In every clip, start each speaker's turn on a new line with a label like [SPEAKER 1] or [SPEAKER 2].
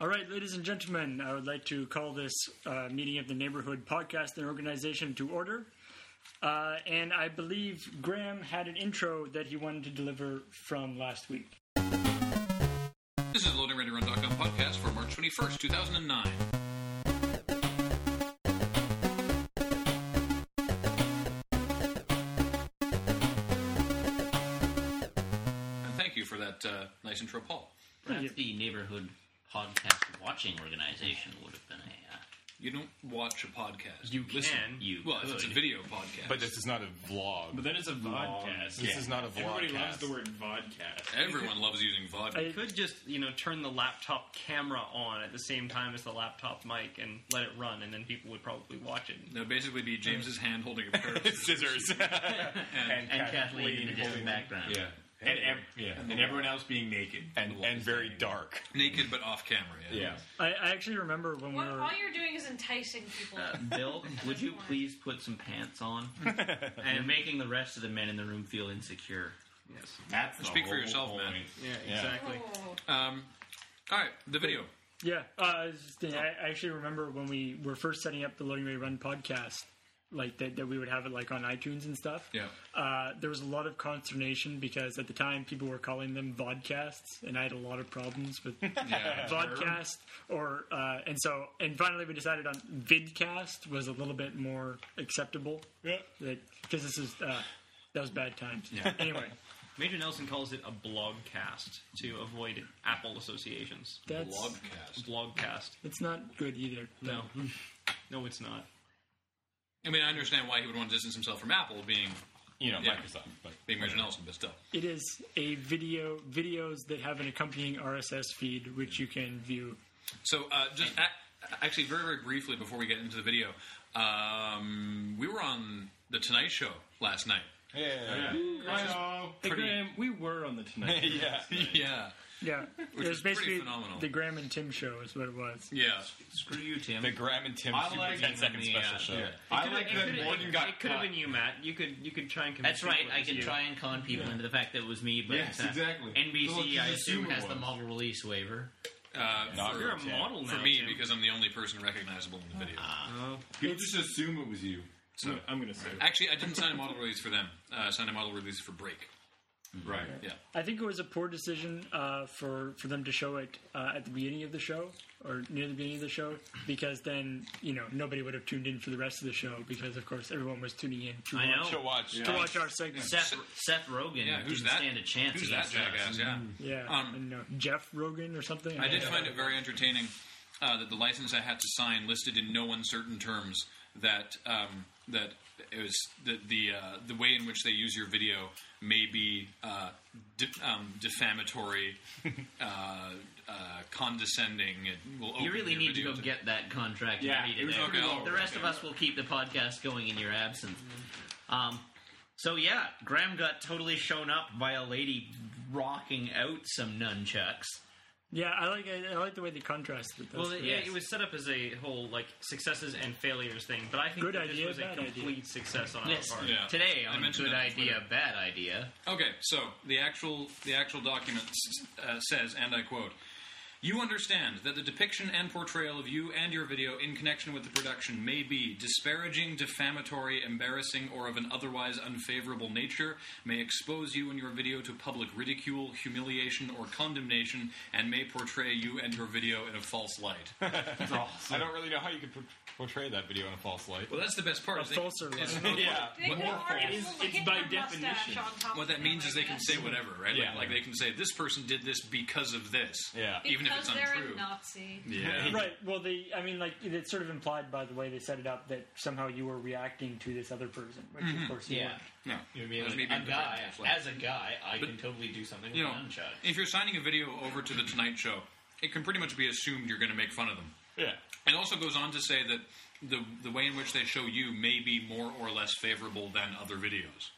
[SPEAKER 1] All right, ladies and gentlemen, I would like to call this uh, meeting of the neighborhood podcast and organization to order. Uh, and I believe Graham had an intro that he wanted to deliver from last week.
[SPEAKER 2] This is the LoadingReadyRun.com podcast for March 21st, 2009. And thank you for that uh, nice intro, Paul.
[SPEAKER 3] Perhaps the neighborhood podcast watching organization would have been a. Uh,
[SPEAKER 2] You don't watch a podcast.
[SPEAKER 4] You
[SPEAKER 2] listen.
[SPEAKER 4] can.
[SPEAKER 3] you
[SPEAKER 2] Well,
[SPEAKER 3] could.
[SPEAKER 2] it's a video podcast.
[SPEAKER 5] But this is not a vlog.
[SPEAKER 4] But then it's a vodcast.
[SPEAKER 5] This is not a
[SPEAKER 4] Everybody loves
[SPEAKER 5] vlogcast.
[SPEAKER 4] the word vodcast.
[SPEAKER 2] Everyone loves using vodka.
[SPEAKER 4] You could just, you know, turn the laptop camera on at the same time as the laptop mic and let it run, and then people would probably watch it. Uh,
[SPEAKER 2] That would basically be James's hand holding a pair of
[SPEAKER 5] Scissors.
[SPEAKER 2] and,
[SPEAKER 3] and Kathleen in the distant
[SPEAKER 5] holding-
[SPEAKER 3] background.
[SPEAKER 6] Yeah. And, ev- yeah. and everyone else being naked.
[SPEAKER 5] and and very dark.
[SPEAKER 2] naked but off camera. Yeah.
[SPEAKER 6] Yeah.
[SPEAKER 1] I, I actually remember when
[SPEAKER 7] What,
[SPEAKER 1] we were.
[SPEAKER 7] all you're doing is enticing people.
[SPEAKER 3] Uh, Bill, would you please put some pants on? and making the rest of the men in the room feel insecure.
[SPEAKER 4] Yes.
[SPEAKER 6] That's the
[SPEAKER 2] Speak for
[SPEAKER 6] whole
[SPEAKER 2] yourself,
[SPEAKER 6] point.
[SPEAKER 2] man.
[SPEAKER 4] Yeah,
[SPEAKER 6] Yeah.
[SPEAKER 4] exactly.
[SPEAKER 7] Oh.
[SPEAKER 2] Um, all right, the video.
[SPEAKER 1] Yeah, uh, I, was just thinking, I I actually remember when we were first setting up the Loading Ray Run podcast, like that, that we would have it like on iTunes and stuff.
[SPEAKER 2] Yeah.
[SPEAKER 1] Uh, there was a lot of consternation because at the time people were calling them vodcasts, and I had a lot of problems with
[SPEAKER 2] Yeah.
[SPEAKER 1] vodcast. Or uh, and so and finally we decided on vidcast was a little bit more acceptable. Yeah, because this is uh, that was bad times.
[SPEAKER 2] Yeah.
[SPEAKER 1] Anyway,
[SPEAKER 4] Major Nelson calls it a blogcast to avoid Apple associations.
[SPEAKER 1] that's
[SPEAKER 2] Blogcast.
[SPEAKER 4] Blogcast.
[SPEAKER 1] it's not good either.
[SPEAKER 4] No. No, it's not.
[SPEAKER 2] I mean, I understand why he would want to distance himself from Apple, being
[SPEAKER 5] You know,
[SPEAKER 2] Yeah.
[SPEAKER 5] Microsoft. But
[SPEAKER 2] being Major Nelson, but still.
[SPEAKER 1] It is a video videos that have an accompanying RSS feed which you can view.
[SPEAKER 2] So, uh, just a- actually, very very briefly before we get into the video, um, we were on the Tonight Show last night.
[SPEAKER 5] yeah,
[SPEAKER 7] Mm,
[SPEAKER 4] Hey,
[SPEAKER 2] pretty-
[SPEAKER 4] Graham, we were on the Tonight Show.
[SPEAKER 5] yeah.
[SPEAKER 2] Yeah,
[SPEAKER 1] Yeah, it
[SPEAKER 2] is
[SPEAKER 1] was
[SPEAKER 2] pretty
[SPEAKER 1] basically
[SPEAKER 2] phenomenal.
[SPEAKER 1] the Graham and Tim show is what it was.
[SPEAKER 2] yeah.
[SPEAKER 3] Screw you, Tim.
[SPEAKER 5] The Graham and Tim
[SPEAKER 6] I
[SPEAKER 5] Super
[SPEAKER 6] like
[SPEAKER 5] 10 Second
[SPEAKER 3] the,
[SPEAKER 5] Special
[SPEAKER 3] uh,
[SPEAKER 5] Show.
[SPEAKER 6] Yeah. I like
[SPEAKER 4] It
[SPEAKER 6] that
[SPEAKER 4] could've-
[SPEAKER 6] Morgan got
[SPEAKER 4] it could have
[SPEAKER 6] cut.
[SPEAKER 4] been you, Matt. You could you could try and convince
[SPEAKER 3] That's right.
[SPEAKER 4] people it
[SPEAKER 3] I
[SPEAKER 4] was
[SPEAKER 3] can
[SPEAKER 4] you.
[SPEAKER 3] try and con people into the fact that it was me, but
[SPEAKER 6] Yes,
[SPEAKER 3] uh,
[SPEAKER 6] exactly. So it's
[SPEAKER 3] NBC, I
[SPEAKER 6] just
[SPEAKER 3] assume,
[SPEAKER 6] assume it
[SPEAKER 3] has the
[SPEAKER 6] was.
[SPEAKER 3] model release waiver.
[SPEAKER 2] Uh,
[SPEAKER 5] Not
[SPEAKER 4] You're
[SPEAKER 2] for,
[SPEAKER 4] a model now,
[SPEAKER 2] for me
[SPEAKER 4] Tim.
[SPEAKER 2] because I'm the only person recognizable in the video.
[SPEAKER 5] Ah.
[SPEAKER 4] Oh.
[SPEAKER 6] People just assume it was you.
[SPEAKER 2] so,
[SPEAKER 6] I'm going to say
[SPEAKER 2] actually, I didn't sign a model release for them. Uh, I signed a model release for Break.
[SPEAKER 6] Right.
[SPEAKER 2] Yeah.
[SPEAKER 1] I think it was a poor decision uh, for for them to show it uh, at the beginning of the show or near the beginning of the show because then you know nobody would have tuned in for the rest of the show because of course everyone was tuning in to
[SPEAKER 3] I know.
[SPEAKER 5] Show watch.
[SPEAKER 1] to watch our segment.
[SPEAKER 3] Seth, Seth Rogen
[SPEAKER 2] Yeah, who's
[SPEAKER 3] didn't
[SPEAKER 2] that?
[SPEAKER 3] stand a chance
[SPEAKER 2] Who's that
[SPEAKER 3] against
[SPEAKER 2] jackass?
[SPEAKER 3] us.
[SPEAKER 2] Yeah.
[SPEAKER 1] Mm-hmm. Yeah,
[SPEAKER 2] Um,
[SPEAKER 1] I don't know Jeff Rogan or something.
[SPEAKER 2] I did find it very entertaining uh, that the license I had to sign listed in no uncertain terms that um, that it was that the uh, the way in which they use your video may be uh, de- um, defamatory, uh, uh, condescending. It will open
[SPEAKER 3] You really
[SPEAKER 2] your
[SPEAKER 3] need to
[SPEAKER 2] video
[SPEAKER 3] go get that contract. and
[SPEAKER 6] Yeah,
[SPEAKER 3] read
[SPEAKER 6] it was
[SPEAKER 3] out.
[SPEAKER 2] okay, I'll-
[SPEAKER 3] The rest of us will keep the podcast going in your absence.
[SPEAKER 2] Mm-hmm.
[SPEAKER 3] Um, so yeah, Graham got totally shown up by a lady rocking out some nunchucks.
[SPEAKER 1] Yeah, I like I, I like the way they contrasted. those
[SPEAKER 4] Well,
[SPEAKER 1] two.
[SPEAKER 4] yeah,
[SPEAKER 3] yes.
[SPEAKER 4] it was set up as a whole like successes and failures thing, but I think
[SPEAKER 1] Good
[SPEAKER 4] that
[SPEAKER 1] idea,
[SPEAKER 4] this was a
[SPEAKER 1] bad idea.
[SPEAKER 4] complete success on
[SPEAKER 3] Yes,
[SPEAKER 4] our part.
[SPEAKER 2] Yeah.
[SPEAKER 3] today
[SPEAKER 2] I
[SPEAKER 3] on
[SPEAKER 2] mentioned
[SPEAKER 3] good
[SPEAKER 2] that on
[SPEAKER 3] idea,
[SPEAKER 2] Twitter.
[SPEAKER 3] bad idea.
[SPEAKER 2] Okay, so the actual the actual document s- uh, says, and I quote: "You understand that the depiction and portrayal of you and your video in connection with the production may be disparaging, defamatory, embarrassing, or of an otherwise unfavorable nature, may expose you and your video to public ridicule, humiliation, or condemnation, and may portray you and your video in a false light."
[SPEAKER 5] I don't really know how you could por- portray that video in a false light.
[SPEAKER 2] well, that's the best part. is they-
[SPEAKER 1] false or
[SPEAKER 2] is-
[SPEAKER 5] Yeah.
[SPEAKER 7] They can already
[SPEAKER 4] it's
[SPEAKER 7] hit
[SPEAKER 4] by
[SPEAKER 7] their mustache
[SPEAKER 4] definition.
[SPEAKER 7] on top
[SPEAKER 2] What
[SPEAKER 7] of
[SPEAKER 2] that
[SPEAKER 7] them,
[SPEAKER 2] means
[SPEAKER 7] I
[SPEAKER 2] is they can
[SPEAKER 7] guess.
[SPEAKER 2] say whatever, right?
[SPEAKER 5] Yeah.
[SPEAKER 2] Like, like they can say this person did this because of this.
[SPEAKER 5] Yeah.
[SPEAKER 2] Uh, even if
[SPEAKER 7] because
[SPEAKER 2] it's
[SPEAKER 7] they're
[SPEAKER 2] untrue.
[SPEAKER 7] a Nazi.
[SPEAKER 2] Yeah.
[SPEAKER 1] Right. Well, they. I mean, like it's sort of implied by the way they set it up that somehow you were reacting to this other person, which of course you
[SPEAKER 3] Yeah.
[SPEAKER 1] weren't.
[SPEAKER 2] No,
[SPEAKER 3] You mean,
[SPEAKER 2] That was
[SPEAKER 3] like,
[SPEAKER 2] me being
[SPEAKER 3] a guy,
[SPEAKER 2] definitive, like-
[SPEAKER 3] as a guy, I can totally do something with
[SPEAKER 2] you
[SPEAKER 3] a
[SPEAKER 2] know,
[SPEAKER 3] nunchuck.
[SPEAKER 2] if you're signing a video over to the Tonight Show, it can pretty much be assumed you're going to make fun of them.
[SPEAKER 5] Yeah.
[SPEAKER 2] It also goes on to say that the the way in which they show you may be more or less favorable than other videos.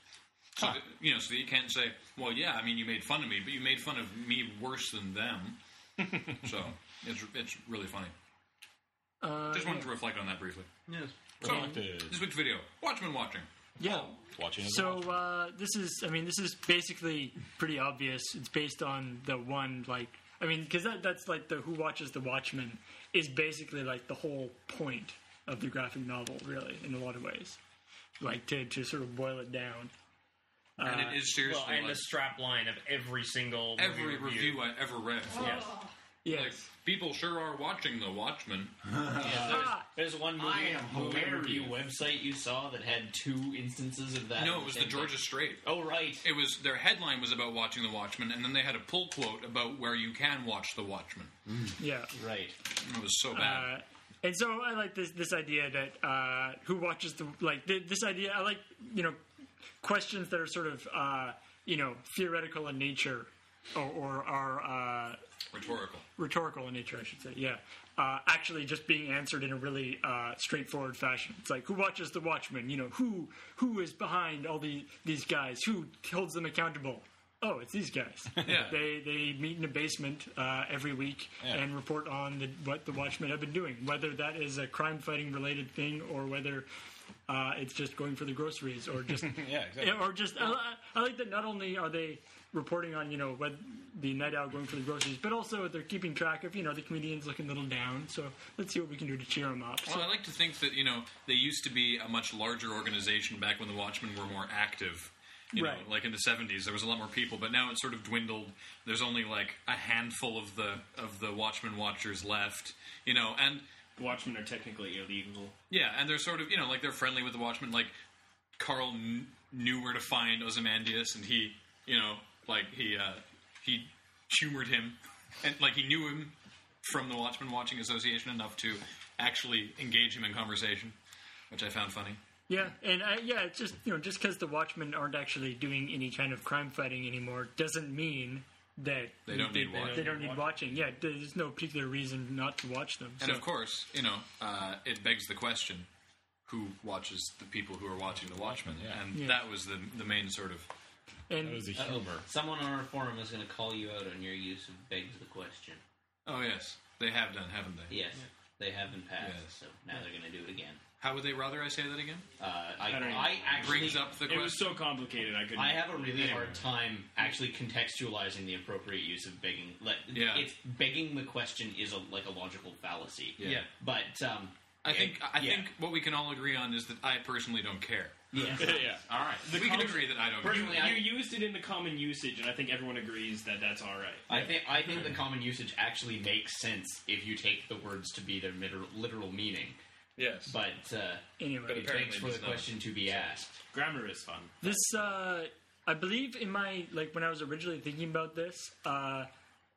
[SPEAKER 2] So that, you know, so that you can't say, "Well, yeah, I mean, you made fun of me, but you made fun of me worse than them." so it's it's really funny.
[SPEAKER 1] Uh,
[SPEAKER 2] Just wanted to reflect on that briefly.
[SPEAKER 4] Yes.
[SPEAKER 2] So,
[SPEAKER 5] Reflected.
[SPEAKER 2] this week's video: Watchmen watching.
[SPEAKER 1] Yeah.
[SPEAKER 5] Watching it.
[SPEAKER 1] So uh, this is. I mean, this is basically pretty obvious. It's based on the one like I mean, because that, that's like the who watches the Watchmen is basically like the whole point of the graphic novel, really, in a lot of ways. Like to, to sort of boil it down.
[SPEAKER 2] and it is seriously
[SPEAKER 4] Uh, Well, and the
[SPEAKER 2] like
[SPEAKER 4] strap line of every single
[SPEAKER 2] every
[SPEAKER 4] movie
[SPEAKER 2] review I ever read.
[SPEAKER 4] Yes.
[SPEAKER 1] Yes.
[SPEAKER 2] Like, people sure are watching The Watchmen.
[SPEAKER 3] Yeah,
[SPEAKER 1] Ah.
[SPEAKER 3] there's, there's one
[SPEAKER 6] I
[SPEAKER 3] movie,
[SPEAKER 6] am
[SPEAKER 3] movie review
[SPEAKER 6] hilarious.
[SPEAKER 3] website you saw that had two instances of that.
[SPEAKER 2] No,
[SPEAKER 3] at
[SPEAKER 2] it was
[SPEAKER 3] same
[SPEAKER 2] the Georgia
[SPEAKER 3] time.
[SPEAKER 2] Strait.
[SPEAKER 3] Oh right.
[SPEAKER 2] It was their headline was about watching The Watchmen, and then they had a pull quote about where you can watch The Watchmen.
[SPEAKER 3] Mm.
[SPEAKER 1] yeah.
[SPEAKER 3] Right.
[SPEAKER 2] It was so bad.
[SPEAKER 1] Uh, and so I like this this idea that uh, who watches the like th- this idea. I like you know questions that are sort of uh, you know theoretical in nature or, or are uh,
[SPEAKER 2] Rhetorical.
[SPEAKER 1] rhetorical in nature, I should say. Yeah, uh, actually just being answered in a really uh, straightforward fashion. It's like who watches the Watchmen? You know who who is behind all the, these guys? Who holds them accountable? Oh, it's these guys.
[SPEAKER 2] Yeah.
[SPEAKER 1] They they meet in a basement uh, every week and report on the, what the Watchmen have been doing, whether that is a crime fighting related thing or whether. Uh, it's just going for the groceries, or just
[SPEAKER 5] Yeah, exactly.
[SPEAKER 1] yeah, or just uh, I, I- I like that. Not only are they reporting on you know what the night out going for the groceries, but also they're keeping track of you know the comedians looking a little down. So let's see what we can do to cheer them up.
[SPEAKER 2] Well,
[SPEAKER 1] So-
[SPEAKER 2] I like to think that you know they used to be a much larger organization back when the Watchmen were more active. You
[SPEAKER 1] Right.
[SPEAKER 2] know, like in the '70s, there was a lot more people, but now it's sort of dwindled. There's only like a handful of the of the Watchmen watchers left. You know, and
[SPEAKER 8] Watchmen are technically illegal.
[SPEAKER 2] yeah, and they're sort of you know like they're friendly with the Watchmen. Like Carl kn- knew where to find Ozymandias, and he you know like he uh, he humored him, and like he knew him from the Watchmen Watching Association enough to actually engage him in conversation, which I found funny.
[SPEAKER 1] yeah, and I, yeah, it's just you know just because the Watchmen aren't actually doing any kind of crime fighting anymore doesn't mean that
[SPEAKER 2] They don't need watching.
[SPEAKER 1] they don't need watching. Yeah, there's no particular reason not to watch them.
[SPEAKER 2] And
[SPEAKER 1] So-
[SPEAKER 2] of course, you know, uh, it begs the question: Who watches the people who are watching the Watchmen? And that was the the main sort of.
[SPEAKER 1] and
[SPEAKER 5] It was a
[SPEAKER 2] Uh,
[SPEAKER 3] Uh-oh.
[SPEAKER 5] humor.
[SPEAKER 3] Someone on our forum is going to call you out on your use of begs the question.
[SPEAKER 2] Oh yes, they have done, haven't they?
[SPEAKER 3] Yes, they have been passed,
[SPEAKER 2] Yes.
[SPEAKER 3] so now they're going to do it again.
[SPEAKER 2] How would they rather I say that again?
[SPEAKER 3] Uh, I,
[SPEAKER 8] don't know.
[SPEAKER 3] I actually,
[SPEAKER 2] Brings up the
[SPEAKER 8] It was so
[SPEAKER 2] question.
[SPEAKER 8] complicated. I couldn't.
[SPEAKER 3] I have a really
[SPEAKER 8] Anyway.
[SPEAKER 3] hard time actually contextualizing the appropriate use of begging. Like,
[SPEAKER 2] Yeah.
[SPEAKER 3] it's begging the question is a, like a logical fallacy.
[SPEAKER 2] Yeah.
[SPEAKER 3] but um,
[SPEAKER 2] I think I
[SPEAKER 3] yeah.
[SPEAKER 2] think what we can all agree on is that I personally don't care.
[SPEAKER 3] yes.
[SPEAKER 8] yeah.
[SPEAKER 6] All right.
[SPEAKER 2] we can agree that I don't
[SPEAKER 3] Personally,
[SPEAKER 2] care.
[SPEAKER 3] I-
[SPEAKER 8] You used it in the common usage, and I think everyone agrees that that's all right.
[SPEAKER 3] I think I think the common usage actually makes sense if you take the words to be their literal, literal meaning.
[SPEAKER 2] Yes.
[SPEAKER 3] But uh,
[SPEAKER 1] anyway,
[SPEAKER 3] it begs
[SPEAKER 2] Apparently
[SPEAKER 3] for the
[SPEAKER 2] it's not.
[SPEAKER 3] question to be asked.
[SPEAKER 8] Grammar is fun.
[SPEAKER 1] This, uh, I believe, in my like when I was originally thinking about this, uh,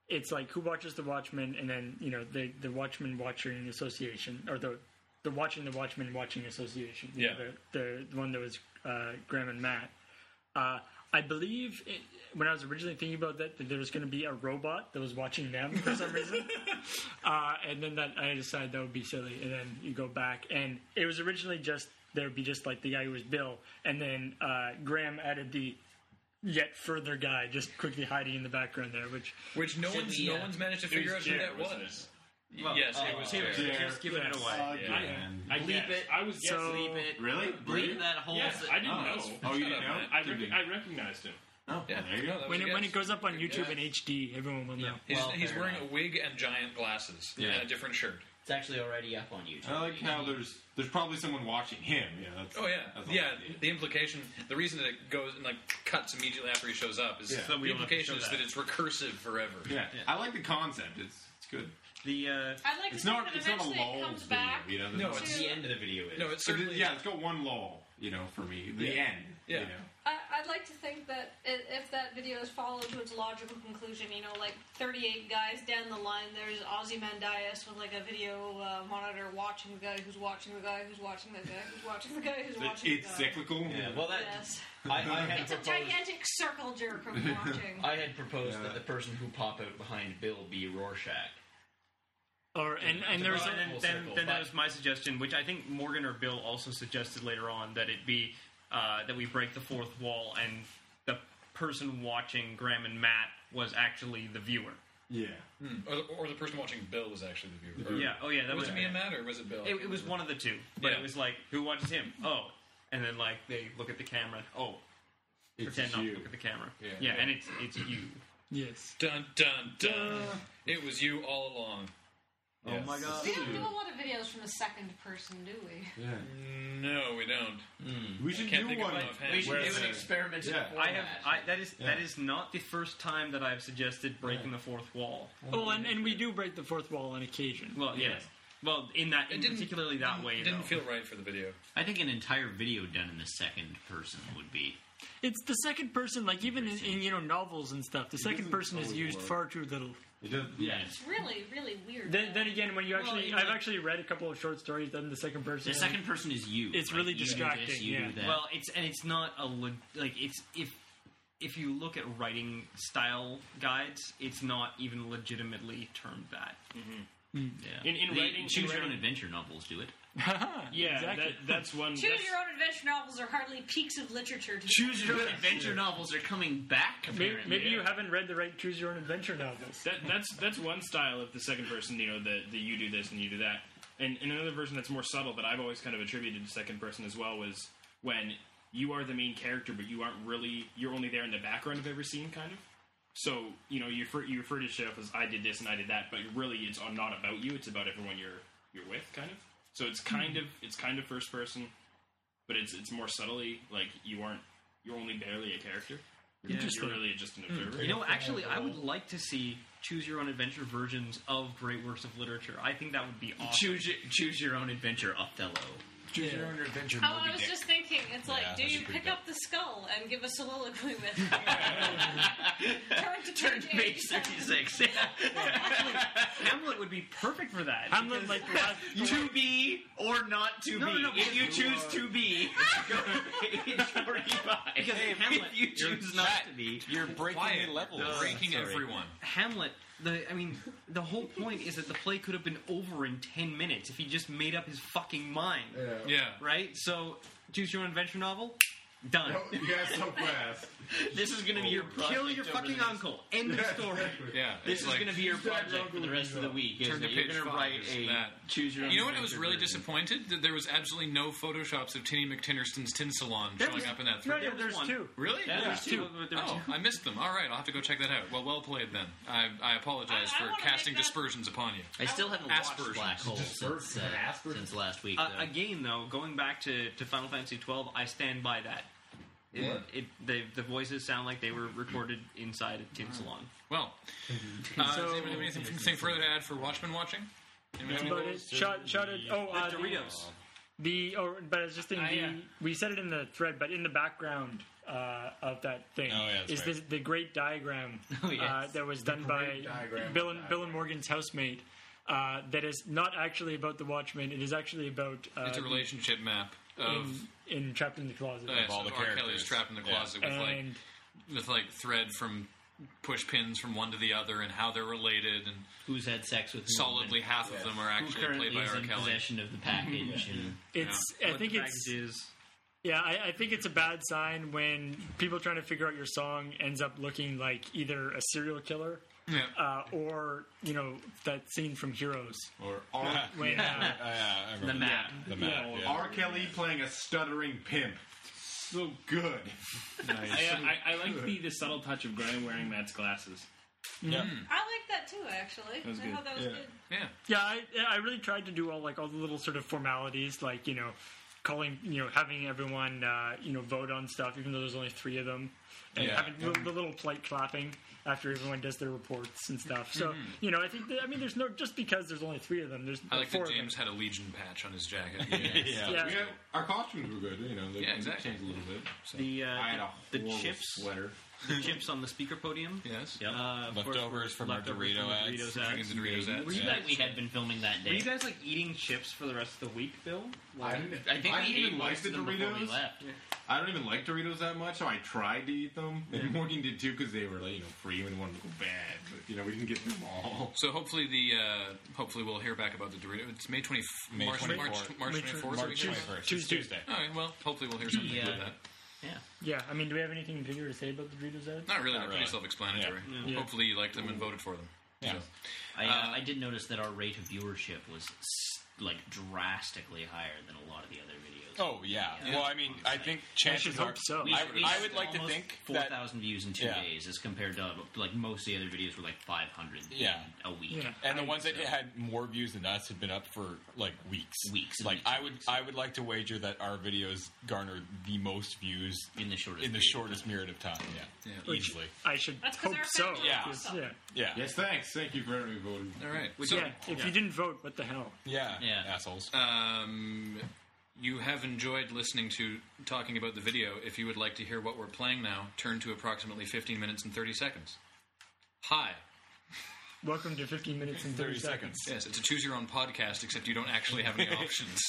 [SPEAKER 1] it's like who watches the Watchmen, and then you know the the Watchmen Watching Association or the the Watching the Watchmen Watching Association. you know,
[SPEAKER 2] Yeah.
[SPEAKER 1] the, the one that was uh, Graham and Matt. Uh, I believe it, when I was originally thinking about that, that there was going to be a robot that was watching them for some reason. Uh, and then that I decided that would be silly, and then you go back, and it was originally just there would be just like the guy who was Bill, and then uh, Graham added the yet further guy just quickly hiding in the background there, which
[SPEAKER 2] Which no one's
[SPEAKER 3] we,
[SPEAKER 2] no
[SPEAKER 3] uh,
[SPEAKER 2] one's managed to figure out who
[SPEAKER 8] Jared,
[SPEAKER 2] that
[SPEAKER 8] wasn't
[SPEAKER 2] was.
[SPEAKER 3] Well,
[SPEAKER 2] yes, it
[SPEAKER 3] uh,
[SPEAKER 2] was
[SPEAKER 3] it
[SPEAKER 2] Jared.
[SPEAKER 4] Just giving it away.
[SPEAKER 6] Again.
[SPEAKER 8] I
[SPEAKER 3] Bleep
[SPEAKER 8] guessed.
[SPEAKER 3] it.
[SPEAKER 8] I was
[SPEAKER 1] So-
[SPEAKER 8] guessing.
[SPEAKER 3] Leave it.
[SPEAKER 6] Really? Really?
[SPEAKER 3] Bleep that whole.
[SPEAKER 8] Yeah,
[SPEAKER 3] se-
[SPEAKER 8] I didn't
[SPEAKER 6] Oh.
[SPEAKER 8] know.
[SPEAKER 6] Oh, you didn't
[SPEAKER 2] up,
[SPEAKER 6] know?
[SPEAKER 2] man.
[SPEAKER 8] I,
[SPEAKER 6] Did
[SPEAKER 8] rec-
[SPEAKER 6] you?
[SPEAKER 8] I recognized him.
[SPEAKER 6] Oh, there you go.
[SPEAKER 2] That was
[SPEAKER 1] when
[SPEAKER 2] a
[SPEAKER 1] it, when
[SPEAKER 2] guess.
[SPEAKER 1] it goes up on
[SPEAKER 2] Good
[SPEAKER 1] YouTube
[SPEAKER 2] guess.
[SPEAKER 1] in HD, everyone will know.
[SPEAKER 2] He's,
[SPEAKER 3] Well,
[SPEAKER 2] he's
[SPEAKER 3] fair
[SPEAKER 2] wearing
[SPEAKER 3] enough.
[SPEAKER 2] a wig and giant glasses
[SPEAKER 6] Yeah.
[SPEAKER 2] and a different shirt.
[SPEAKER 3] It's actually already up on YouTube.
[SPEAKER 6] I like how there's there's probably someone watching him. Yeah, that's,
[SPEAKER 2] Oh yeah,
[SPEAKER 6] that's all
[SPEAKER 2] yeah.
[SPEAKER 6] I did.
[SPEAKER 2] The implication, the reason that it goes and like cuts immediately after he shows up is
[SPEAKER 6] Yeah. So
[SPEAKER 2] the
[SPEAKER 4] we don't have to
[SPEAKER 2] implication
[SPEAKER 4] show
[SPEAKER 2] is that.
[SPEAKER 4] that.
[SPEAKER 2] it's recursive forever.
[SPEAKER 6] yeah. I like the concept. It's it's good.
[SPEAKER 4] The uh,
[SPEAKER 7] I'd like to
[SPEAKER 6] It's
[SPEAKER 7] think
[SPEAKER 6] not
[SPEAKER 7] that
[SPEAKER 6] it's not a
[SPEAKER 7] eventually it
[SPEAKER 6] lull
[SPEAKER 7] comes
[SPEAKER 6] video.
[SPEAKER 7] back.
[SPEAKER 6] You know,
[SPEAKER 2] No,
[SPEAKER 6] There's-
[SPEAKER 2] it's
[SPEAKER 3] the end of the video is.
[SPEAKER 2] no, it's
[SPEAKER 6] So
[SPEAKER 2] certainly
[SPEAKER 6] th- yeah, it's got one lull. You know, for me, the
[SPEAKER 2] Yeah.
[SPEAKER 6] end.
[SPEAKER 2] Yeah.
[SPEAKER 6] You know?
[SPEAKER 7] I, I'd like to think that i- if that video is followed to its logical conclusion, you know, like 38 guys down the line, there's Ozymandias with like a video uh, monitor watching the guy who's watching the guy who's watching the guy who's watching the guy who's
[SPEAKER 6] It-
[SPEAKER 7] watching the
[SPEAKER 6] it's oh,
[SPEAKER 7] guy.
[SPEAKER 6] cyclical.
[SPEAKER 3] Yeah, well, that
[SPEAKER 7] Yes.
[SPEAKER 3] I, I had
[SPEAKER 7] It's a
[SPEAKER 3] proposed.
[SPEAKER 7] gigantic circle jerk of watching.
[SPEAKER 3] I had proposed
[SPEAKER 6] Yeah.
[SPEAKER 3] that the person who pop out behind Bill be Rorschach.
[SPEAKER 1] Or and and there's
[SPEAKER 3] Well,
[SPEAKER 1] a,
[SPEAKER 4] and
[SPEAKER 3] Full
[SPEAKER 4] then, then,
[SPEAKER 3] circle,
[SPEAKER 4] then
[SPEAKER 3] but-
[SPEAKER 4] that was my suggestion, which I think Morgan or Bill also suggested later on that it be uh, that we break the fourth wall and the person watching Graham and Matt was actually the viewer.
[SPEAKER 6] Yeah.
[SPEAKER 2] Hmm. or, the, or the person watching Bill was actually the viewer. Or-
[SPEAKER 4] Yeah. Oh yeah. That
[SPEAKER 2] was
[SPEAKER 4] was,
[SPEAKER 2] it me and Matt or was it Bill?
[SPEAKER 4] It, it was one of the two, but
[SPEAKER 2] Yeah.
[SPEAKER 4] it was like who watches him? Oh, and then like they look at the camera. Oh,
[SPEAKER 6] It's
[SPEAKER 4] pretend not to
[SPEAKER 6] you.
[SPEAKER 4] look at the camera.
[SPEAKER 2] Yeah.
[SPEAKER 4] and it's it's you.
[SPEAKER 1] Yes.
[SPEAKER 2] Dun dun dun. It was you all along.
[SPEAKER 6] Oh my god.
[SPEAKER 7] We don't do a lot of videos from a second person, do we?
[SPEAKER 6] Yeah.
[SPEAKER 2] No, we don't.
[SPEAKER 4] Hmm.
[SPEAKER 6] We should
[SPEAKER 2] can't
[SPEAKER 6] do
[SPEAKER 2] think of
[SPEAKER 6] one.
[SPEAKER 2] one offhand.
[SPEAKER 6] We
[SPEAKER 2] We
[SPEAKER 6] should
[SPEAKER 2] should
[SPEAKER 6] do
[SPEAKER 2] do
[SPEAKER 6] an
[SPEAKER 3] Experiment.
[SPEAKER 6] Yeah.
[SPEAKER 4] I have. I, that is that
[SPEAKER 6] Yeah.
[SPEAKER 4] is not the first time that I've suggested breaking the fourth wall.
[SPEAKER 1] Oh, and, and we do break the fourth wall on occasion.
[SPEAKER 4] Well, yes. Well, in that, in
[SPEAKER 2] didn't-
[SPEAKER 4] particularly that way,
[SPEAKER 2] It didn't
[SPEAKER 4] though.
[SPEAKER 2] feel right for the video.
[SPEAKER 3] I think an entire video done in the second person would be.
[SPEAKER 1] It's the second person, like even in, in you know novels and stuff. The second
[SPEAKER 6] doesn't
[SPEAKER 1] person is
[SPEAKER 6] always
[SPEAKER 1] used
[SPEAKER 6] work.
[SPEAKER 1] far too little.
[SPEAKER 6] It does, yeah.
[SPEAKER 7] It's really, really weird.
[SPEAKER 1] Then, then again, when you
[SPEAKER 3] Well,
[SPEAKER 1] actually,
[SPEAKER 3] you
[SPEAKER 1] I've
[SPEAKER 3] know-
[SPEAKER 1] actually read a couple of short stories. Then the second person,
[SPEAKER 3] The second person is you.
[SPEAKER 1] It's really
[SPEAKER 3] you do this,
[SPEAKER 1] distracting,
[SPEAKER 3] you do
[SPEAKER 1] yeah.
[SPEAKER 3] that.
[SPEAKER 4] Well, it's and it's not a le- like it's if if you look at writing style guides, it's not even legitimately termed that.
[SPEAKER 3] yeah.
[SPEAKER 8] Hmm. in- in
[SPEAKER 3] They-
[SPEAKER 8] writing- in
[SPEAKER 3] choose your own
[SPEAKER 8] writing-
[SPEAKER 3] adventure novels do it.
[SPEAKER 8] Yeah,
[SPEAKER 1] Exactly.
[SPEAKER 8] that, that's one.
[SPEAKER 7] Choose
[SPEAKER 8] that's-
[SPEAKER 7] your own adventure novels are hardly peaks of literature to
[SPEAKER 3] Choose your own adventure novels are coming back.
[SPEAKER 1] Maybe,
[SPEAKER 3] Apparently,
[SPEAKER 1] maybe you haven't read the right choose your own adventure novels.
[SPEAKER 8] uh, That, that's that's one style of the second person, you know, the, the you do this and you do that. And, and another version that's more subtle that I've always kind of attributed to second person as well was when you are the main character, but you aren't really, you're only there in the background of every scene, kind of. So, you know, you refer, you refer to yourself as I did this and I did that, but really it's on- not about you, it's about everyone you're you're with, kind of. So it's kind
[SPEAKER 1] Hmm.
[SPEAKER 8] of it's kind of first person, but it's it's more subtly like you aren't you're only barely a character. You're,
[SPEAKER 1] Interesting.
[SPEAKER 8] you're really just an observer.
[SPEAKER 4] Hmm. You know, actually, I would like to see choose your own adventure versions of great works of literature. I think that would be awesome.
[SPEAKER 3] choose your, choose your own adventure, Othello.
[SPEAKER 5] Choose your own adventure.
[SPEAKER 7] Oh, I was just thinking, it's like,
[SPEAKER 5] Yeah,
[SPEAKER 7] do
[SPEAKER 5] that's
[SPEAKER 7] you
[SPEAKER 5] pretty
[SPEAKER 7] pick up the skull and give a soliloquy with it? Turn to
[SPEAKER 3] Turn
[SPEAKER 7] page
[SPEAKER 3] to
[SPEAKER 7] 87.
[SPEAKER 3] page thirty-six.
[SPEAKER 4] Hamlet would be perfect for that.
[SPEAKER 1] Hamlet, like the last,
[SPEAKER 3] to be or not to
[SPEAKER 4] No,
[SPEAKER 3] be.
[SPEAKER 4] no, no,
[SPEAKER 3] if you
[SPEAKER 4] because-
[SPEAKER 3] choose to be, go to page forty-five.
[SPEAKER 4] Because Hamlet,
[SPEAKER 3] if you
[SPEAKER 4] you're
[SPEAKER 3] choose not to be,
[SPEAKER 5] You're breaking
[SPEAKER 2] Quiet.
[SPEAKER 5] the levels.
[SPEAKER 2] They're breaking
[SPEAKER 3] sorry.
[SPEAKER 2] everyone.
[SPEAKER 4] Hamlet, the I mean, the whole point is that the play could have been over in ten minutes if he just made up his fucking mind,
[SPEAKER 2] Yeah.
[SPEAKER 4] right? So, choose your own adventure novel. Done.
[SPEAKER 6] Oh, yeah, so fast.
[SPEAKER 3] this is going to be your project.
[SPEAKER 4] Kill your
[SPEAKER 3] over
[SPEAKER 4] fucking
[SPEAKER 3] this.
[SPEAKER 4] uncle. End of story.
[SPEAKER 2] Yeah.
[SPEAKER 3] This
[SPEAKER 2] it's
[SPEAKER 3] is
[SPEAKER 2] like-
[SPEAKER 3] going to be your
[SPEAKER 6] Exactly.
[SPEAKER 3] project for the rest of the week. Isn't
[SPEAKER 2] Turn to
[SPEAKER 3] it? You're
[SPEAKER 2] page
[SPEAKER 3] going to
[SPEAKER 2] five
[SPEAKER 3] write
[SPEAKER 2] is
[SPEAKER 3] a
[SPEAKER 2] that.
[SPEAKER 3] choose your own.
[SPEAKER 2] You know what? I was
[SPEAKER 3] adventure
[SPEAKER 2] really
[SPEAKER 3] version.
[SPEAKER 2] disappointed that there was absolutely no photoshops of Tinny McTinnerston's tin salon
[SPEAKER 1] There
[SPEAKER 2] showing
[SPEAKER 1] was-
[SPEAKER 2] up in that.
[SPEAKER 1] no,
[SPEAKER 2] thread.
[SPEAKER 1] no, there's
[SPEAKER 4] one.
[SPEAKER 1] two.
[SPEAKER 2] Really?
[SPEAKER 3] Yeah,
[SPEAKER 4] There's two, but there were
[SPEAKER 2] Oh,
[SPEAKER 4] two.
[SPEAKER 2] I missed them. All right, I'll have to go check that out. Well, well played then. I, I apologize
[SPEAKER 7] I- I
[SPEAKER 2] for
[SPEAKER 7] wanna make
[SPEAKER 2] casting
[SPEAKER 7] that-
[SPEAKER 2] dispersions upon you.
[SPEAKER 3] I still haven't
[SPEAKER 2] Aspersions.
[SPEAKER 3] watched Black Hole since, uh, since last week.
[SPEAKER 4] Uh,
[SPEAKER 3] though.
[SPEAKER 4] again, though, going back to, to Final Fantasy twelve, I stand by that. It, it, the, the voices sound like they were recorded inside a tin salon.
[SPEAKER 2] Well, uh,
[SPEAKER 1] So-
[SPEAKER 2] does anyone have anything, anything further to add for Watchmen watching? Anyone have
[SPEAKER 1] That's
[SPEAKER 2] any-
[SPEAKER 1] about it. Shot, shot it. Oh, uh,
[SPEAKER 4] Doritos.
[SPEAKER 1] The, the oh, but I was just thinking,
[SPEAKER 8] Ah,
[SPEAKER 1] the,
[SPEAKER 8] yeah.
[SPEAKER 1] we said it in the thread, but in the background uh, of that thing
[SPEAKER 5] Oh, yeah, that's
[SPEAKER 1] is
[SPEAKER 5] right.
[SPEAKER 1] this, the great diagram
[SPEAKER 3] Oh, yes.
[SPEAKER 1] uh, that was done by
[SPEAKER 6] great diagram.
[SPEAKER 1] Bill and, Bill and Morgan's housemate. Uh, that is not actually about the Watchmen. It is actually about uh,
[SPEAKER 2] It's a relationship map of,
[SPEAKER 1] in, in Trapped in the Closet.
[SPEAKER 2] uh, yes,
[SPEAKER 5] all
[SPEAKER 2] of
[SPEAKER 5] the
[SPEAKER 2] R. Kelly's
[SPEAKER 5] characters.
[SPEAKER 2] trapped in the
[SPEAKER 5] Yeah.
[SPEAKER 2] closet with like
[SPEAKER 1] and
[SPEAKER 2] with like thread from push pins from one to the other and how they're related and
[SPEAKER 3] Who's had sex with whom
[SPEAKER 2] solidly
[SPEAKER 3] and
[SPEAKER 2] half of them are
[SPEAKER 3] who
[SPEAKER 2] actually
[SPEAKER 3] currently
[SPEAKER 2] played by
[SPEAKER 3] is
[SPEAKER 2] R.
[SPEAKER 3] in
[SPEAKER 2] Kelly.
[SPEAKER 3] possession of the package? and
[SPEAKER 1] it's I
[SPEAKER 4] What
[SPEAKER 1] think
[SPEAKER 4] the
[SPEAKER 1] it's
[SPEAKER 4] package is.
[SPEAKER 1] Yeah, I, I think it's a bad sign when people trying to figure out your song ends up looking like either a serial killer
[SPEAKER 2] Yeah.
[SPEAKER 1] uh, or you know that scene from Heroes.
[SPEAKER 6] Or R.
[SPEAKER 1] When, uh,
[SPEAKER 5] Uh, yeah, I remember
[SPEAKER 3] the map.
[SPEAKER 5] The map.
[SPEAKER 8] Yeah.
[SPEAKER 5] Yeah.
[SPEAKER 6] R. Kelly playing a stuttering pimp. So good.
[SPEAKER 8] I, uh, I, I like the, the subtle touch of Graham wearing Matt's glasses.
[SPEAKER 7] I like that too, actually.
[SPEAKER 8] was
[SPEAKER 7] I
[SPEAKER 8] good.
[SPEAKER 7] thought that was
[SPEAKER 6] Yeah.
[SPEAKER 7] good.
[SPEAKER 2] yeah.
[SPEAKER 1] yeah, I, I really tried to do all like all the little sort of formalities, like you know, calling you know having everyone uh, you know vote on stuff, even though there's only three of them, and
[SPEAKER 5] Yeah.
[SPEAKER 1] having the-
[SPEAKER 2] Mm-hmm.
[SPEAKER 1] the little polite clapping after everyone does their reports and stuff. So you know, I think that, I mean, there's no just because there's only three of them. There's
[SPEAKER 2] Mm-hmm. I like
[SPEAKER 1] four
[SPEAKER 2] that
[SPEAKER 1] of them.
[SPEAKER 2] James had a Legion patch on his jacket.
[SPEAKER 5] Yeah.
[SPEAKER 1] Yeah.
[SPEAKER 6] We had, our costumes were good, you know. They
[SPEAKER 2] Yeah, exactly.
[SPEAKER 6] changed a little bit.
[SPEAKER 4] The, uh,
[SPEAKER 6] I had a
[SPEAKER 4] the, the
[SPEAKER 6] horrible
[SPEAKER 4] chips,
[SPEAKER 6] sweater.
[SPEAKER 4] the chips on the speaker podium.
[SPEAKER 2] Yes.
[SPEAKER 3] Yep.
[SPEAKER 4] Uh, of course,
[SPEAKER 5] Leftovers from our
[SPEAKER 4] leftovers
[SPEAKER 5] Dorito
[SPEAKER 4] from the
[SPEAKER 5] ads.
[SPEAKER 4] Doritos
[SPEAKER 2] Drinking the Doritos ads.
[SPEAKER 4] Were you
[SPEAKER 5] Yeah.
[SPEAKER 4] guys
[SPEAKER 3] that we had been filming that
[SPEAKER 4] Were
[SPEAKER 3] day.
[SPEAKER 4] you guys like eating chips for the rest of the week, Bill?
[SPEAKER 6] I,
[SPEAKER 4] Like,
[SPEAKER 6] didn't-
[SPEAKER 3] I think
[SPEAKER 6] I
[SPEAKER 3] we
[SPEAKER 6] didn't
[SPEAKER 3] ate
[SPEAKER 6] even like
[SPEAKER 3] most
[SPEAKER 6] the
[SPEAKER 3] of them before we
[SPEAKER 6] Doritos.
[SPEAKER 3] left.
[SPEAKER 6] I don't even like Doritos that much, so I tried to eat them. And Morgan did too because they were like, you know free and wanted to go bad, but you know we didn't get them all.
[SPEAKER 2] So hopefully the uh, hopefully we'll hear back about the Dorito. It's May twenty
[SPEAKER 5] May
[SPEAKER 2] March
[SPEAKER 5] 24th.
[SPEAKER 2] March
[SPEAKER 1] May
[SPEAKER 2] twenty fourth.
[SPEAKER 5] March 21st. Tuesday.
[SPEAKER 1] Tuesday.
[SPEAKER 5] Tuesday.
[SPEAKER 2] All right. Well, hopefully we'll hear something
[SPEAKER 3] Yeah.
[SPEAKER 2] about that.
[SPEAKER 3] Yeah.
[SPEAKER 1] Yeah, I mean, do we have anything bigger to say about the Doritos ad?
[SPEAKER 2] Not really.
[SPEAKER 5] Not really.
[SPEAKER 2] they're pretty self explanatory.
[SPEAKER 1] Yeah.
[SPEAKER 2] Hopefully you liked them and voted for them.
[SPEAKER 5] Yeah.
[SPEAKER 3] Mm. I, uh,
[SPEAKER 2] Uh,
[SPEAKER 3] I did notice that our rate of viewership was s- like drastically higher than a lot of the other videos.
[SPEAKER 5] Oh yeah.
[SPEAKER 3] Yeah.
[SPEAKER 5] Well, I mean, I think chances
[SPEAKER 1] hope
[SPEAKER 5] are.
[SPEAKER 1] so.
[SPEAKER 5] I, I would like to think
[SPEAKER 3] four
[SPEAKER 5] that.
[SPEAKER 3] thousand views in two
[SPEAKER 5] Yeah.
[SPEAKER 3] days, as compared to like most of the other videos were like five hundred.
[SPEAKER 5] Yeah.
[SPEAKER 3] a week.
[SPEAKER 1] Yeah.
[SPEAKER 5] And the ones that had more views than us had been up for like weeks.
[SPEAKER 3] Weeks and
[SPEAKER 5] Like
[SPEAKER 3] weeks
[SPEAKER 5] I
[SPEAKER 3] and
[SPEAKER 5] would,
[SPEAKER 3] weeks.
[SPEAKER 5] I would like to wager that our videos garnered the most views
[SPEAKER 3] In the shortest
[SPEAKER 5] in the
[SPEAKER 3] period of
[SPEAKER 5] shortest period of time. Yeah.
[SPEAKER 2] Yeah.
[SPEAKER 5] Easily.
[SPEAKER 1] I should
[SPEAKER 7] That's 'cause
[SPEAKER 1] hope
[SPEAKER 7] our
[SPEAKER 1] so.
[SPEAKER 7] family
[SPEAKER 5] Yeah.
[SPEAKER 1] because- yeah.
[SPEAKER 5] Yeah.
[SPEAKER 6] Yes, thanks. Thank you for everybody voting.
[SPEAKER 2] All right.
[SPEAKER 1] Which,
[SPEAKER 2] so,
[SPEAKER 1] yeah, if you didn't vote, what the hell?
[SPEAKER 5] Yeah.
[SPEAKER 3] Yeah.
[SPEAKER 5] Assholes.
[SPEAKER 2] um, you have enjoyed listening to talking about the video. If you would like to hear what we're playing now, turn to approximately 15 minutes and 30 seconds. Hi.
[SPEAKER 1] Welcome to 15 minutes and 30, seconds.
[SPEAKER 2] Yes, it's a choose your own podcast, except you don't actually have any options.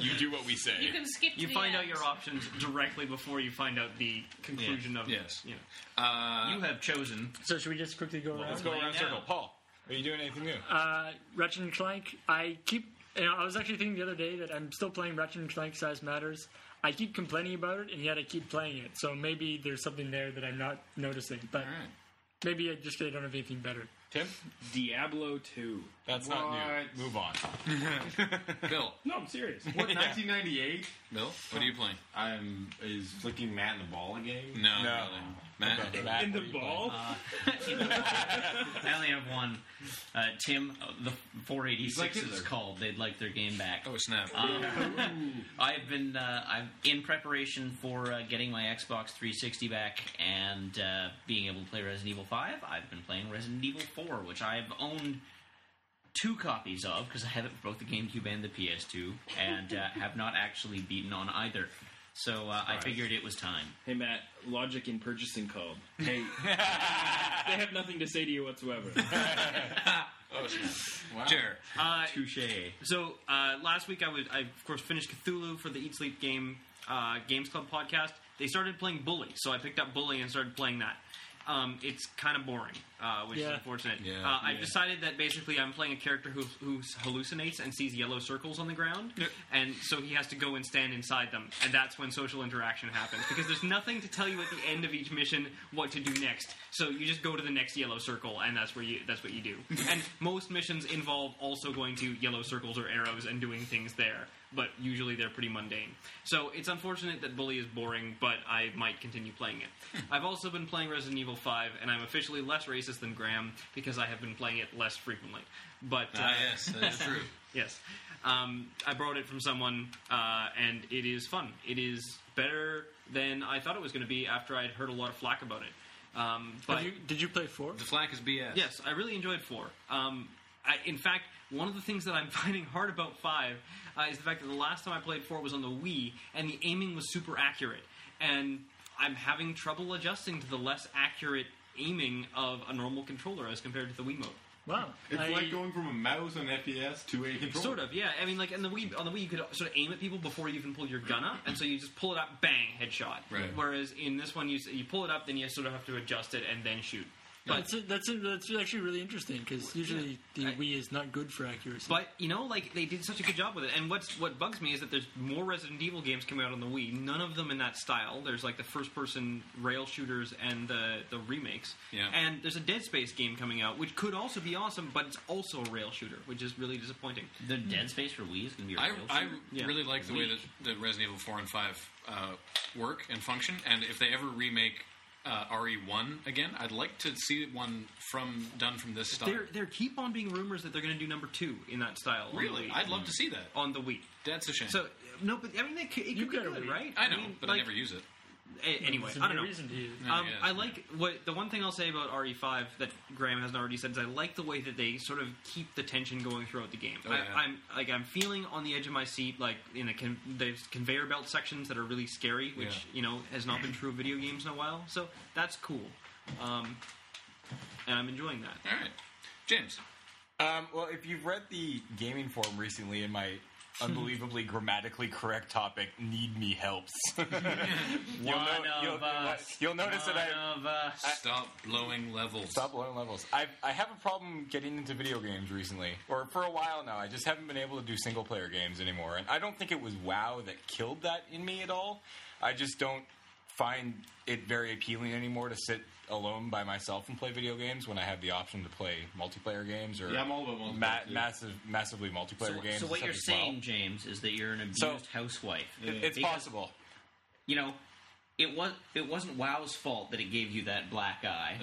[SPEAKER 5] you do what we say.
[SPEAKER 7] You can skip. To
[SPEAKER 4] You
[SPEAKER 7] the
[SPEAKER 4] find
[SPEAKER 7] end.
[SPEAKER 4] out your options directly before you find out the conclusion of
[SPEAKER 2] Yes. Uh,
[SPEAKER 4] You know.
[SPEAKER 3] you have chosen.
[SPEAKER 1] So should we just quickly go around?
[SPEAKER 5] Let's go around
[SPEAKER 3] now.
[SPEAKER 5] circle. Paul, are you doing anything new?
[SPEAKER 1] Uh, Ratchet and Clank. I keep. You know, I was actually thinking the other day that I'm still playing Ratchet and Clank Size Matters. I keep complaining about it, and yet I keep playing it. So maybe there's something there that I'm not noticing. But
[SPEAKER 2] All right.
[SPEAKER 1] maybe I just I don't have anything better.
[SPEAKER 5] Tim,
[SPEAKER 8] Diablo 2.
[SPEAKER 5] that's not
[SPEAKER 6] What?
[SPEAKER 5] new. Move on.
[SPEAKER 2] Bill,
[SPEAKER 8] No, I'm serious.
[SPEAKER 6] What, 1998?
[SPEAKER 2] Bill, what are you playing?
[SPEAKER 6] I'm is flicking Matt in the ball again.
[SPEAKER 2] No,
[SPEAKER 5] No.
[SPEAKER 2] really. Matt.
[SPEAKER 5] Okay, Matt,
[SPEAKER 8] In
[SPEAKER 5] what
[SPEAKER 8] the
[SPEAKER 5] are you playing?
[SPEAKER 8] ball?
[SPEAKER 2] Uh,
[SPEAKER 3] I only have one. Uh, Tim, uh, the four eighty
[SPEAKER 6] like
[SPEAKER 3] six is
[SPEAKER 6] Hitler.
[SPEAKER 3] called. They'd like their game back. Um,
[SPEAKER 2] Oh snap! Um,
[SPEAKER 3] I've been uh, I'm in preparation for uh, getting my Xbox 360 back and uh, being able to play Resident Evil 5. I've been playing Resident Evil 4, which I've owned two copies of because I have it for both the GameCube and the PS2, and uh, have not actually beaten on either. So uh, I figured it was time.
[SPEAKER 8] Hey, Matt, Logic and Purchasing called. Hey. they have nothing to say to you whatsoever.
[SPEAKER 2] Jared.
[SPEAKER 4] Uh,
[SPEAKER 3] Touche.
[SPEAKER 4] So uh, last week, I was I of course finished Cthulhu for the Eat Sleep Game uh, Games Club podcast. They started playing Bully, so I picked up Bully and started playing that. Um, it's kind of boring, uh, which is
[SPEAKER 1] Yeah.
[SPEAKER 4] unfortunate.
[SPEAKER 2] Yeah.
[SPEAKER 4] Uh, I've decided that basically I'm playing a character who, who hallucinates and sees yellow circles on the ground, and so he has to go and stand inside them, and that's when social interaction happens because there's nothing to tell you at the end of each mission what to do next. So you just go to the next yellow circle, and that's where you that's what you do. and most missions involve also going to yellow circles or arrows and doing things there, but usually they're pretty mundane. So it's unfortunate that Bully is boring, but I might continue playing it.
[SPEAKER 2] Hmm.
[SPEAKER 4] I've also been playing Resident Evil 5, and I'm officially less racist than Graham because I have been playing it less frequently. But uh,
[SPEAKER 2] Ah, yes, that's true.
[SPEAKER 4] Yes. Um, I borrowed it from someone, uh, and it is fun. It is better than I thought it was going to be after I'd heard a lot of flack about it. Um, but
[SPEAKER 1] Have you, did you play four?
[SPEAKER 2] The flack is BS.
[SPEAKER 4] yes, I really enjoyed four. Um, I, in fact, one of the things that I'm finding hard about five uh, is the fact that the last time I played four was on the Wii, and the aiming was super accurate, and I'm having trouble adjusting to the less accurate aiming of a normal controller as compared to the Wiimote.
[SPEAKER 1] Wow.
[SPEAKER 6] It's
[SPEAKER 1] I-
[SPEAKER 6] like going from a mouse on FPS to a controller.
[SPEAKER 4] Sort of, yeah. I mean, like, and the Wii, on the Wii, you could sort of aim at people before you even pull your gun up, and so you just pull it up, bang, headshot.
[SPEAKER 2] Right.
[SPEAKER 4] Whereas in this one, you s- you pull it up, then you sort of have to adjust it and then shoot. But
[SPEAKER 1] that's, that's, that's actually really interesting because usually the
[SPEAKER 4] I-
[SPEAKER 1] Wii is not good for accuracy.
[SPEAKER 4] but you know, like they did such a good job with it. And what's what bugs me is that there's more Resident Evil games coming out on the Wii. None of them in that style. There's like the first person rail shooters and the the remakes.
[SPEAKER 2] Yeah.
[SPEAKER 4] And there's a Dead Space game coming out, which could also be awesome, but it's also a rail shooter, which is really disappointing.
[SPEAKER 3] The Dead Space for Wii is going to be a
[SPEAKER 2] I,
[SPEAKER 3] real
[SPEAKER 2] I
[SPEAKER 3] shooter.
[SPEAKER 4] Yeah.
[SPEAKER 2] really like the way that, that Resident Evil 4 and 5 uh, work and function, and if they ever remake uh, RE1 again, I'd like to see one from done from this style.
[SPEAKER 4] There, there keep on being rumors that they're going to do number two in that style. on the
[SPEAKER 2] Really?
[SPEAKER 4] Wii.
[SPEAKER 2] I'd love to see that.
[SPEAKER 4] on the Wii.
[SPEAKER 2] That's a shame.
[SPEAKER 4] So no, but I mean, it could, it
[SPEAKER 1] You
[SPEAKER 4] could be
[SPEAKER 1] gotta
[SPEAKER 4] good,
[SPEAKER 1] Wii.
[SPEAKER 4] right?
[SPEAKER 2] I know,
[SPEAKER 4] mean,
[SPEAKER 2] but I
[SPEAKER 4] like,
[SPEAKER 2] never use it.
[SPEAKER 4] a- anyway,
[SPEAKER 1] There's
[SPEAKER 4] I don't
[SPEAKER 1] no
[SPEAKER 4] know.
[SPEAKER 1] reason to use.
[SPEAKER 2] I
[SPEAKER 4] Um,
[SPEAKER 2] guess.
[SPEAKER 4] I like what the one thing I'll say about RE5 that Graham hasn't already said is I like the way that they sort of keep the tension going throughout the game.
[SPEAKER 2] Oh, yeah.
[SPEAKER 4] I, I'm like I'm feeling on the edge of my seat, like in the, con- the conveyor belt sections that are really scary, which
[SPEAKER 2] Yeah.
[SPEAKER 4] you know has not been true of video games in a while. So that's cool, um, and I'm enjoying that.
[SPEAKER 2] All right. James.
[SPEAKER 5] Um, well, if you've read the gaming forum recently in my unbelievably grammatically correct topic, need me helps. you'll,
[SPEAKER 3] One
[SPEAKER 5] no-
[SPEAKER 3] of
[SPEAKER 5] you'll-
[SPEAKER 3] us.
[SPEAKER 5] you'll notice
[SPEAKER 3] One
[SPEAKER 5] that I
[SPEAKER 3] of uh, us.
[SPEAKER 2] Stop blowing levels.
[SPEAKER 5] stop learning levels. I I have a problem getting into video games recently, or for a while now. I just haven't been able to do single player games anymore, and I don't think it was WoW that killed that in me at all. I just don't find it very appealing anymore to sit alone by myself and play video games when I have the option to play multiplayer games or
[SPEAKER 6] Yeah, I'm all about multiplayer,
[SPEAKER 5] ma-
[SPEAKER 6] too.
[SPEAKER 5] massive, massively multiplayer
[SPEAKER 3] So,
[SPEAKER 5] games.
[SPEAKER 3] so
[SPEAKER 5] and
[SPEAKER 3] what
[SPEAKER 5] stuff
[SPEAKER 3] you're
[SPEAKER 5] as well.
[SPEAKER 3] saying, James, is that you're an abused
[SPEAKER 5] So-
[SPEAKER 3] housewife.
[SPEAKER 5] It- it's
[SPEAKER 3] Because,
[SPEAKER 5] possible.
[SPEAKER 3] You know, it was it wasn't WoW's fault that it gave you that black eye.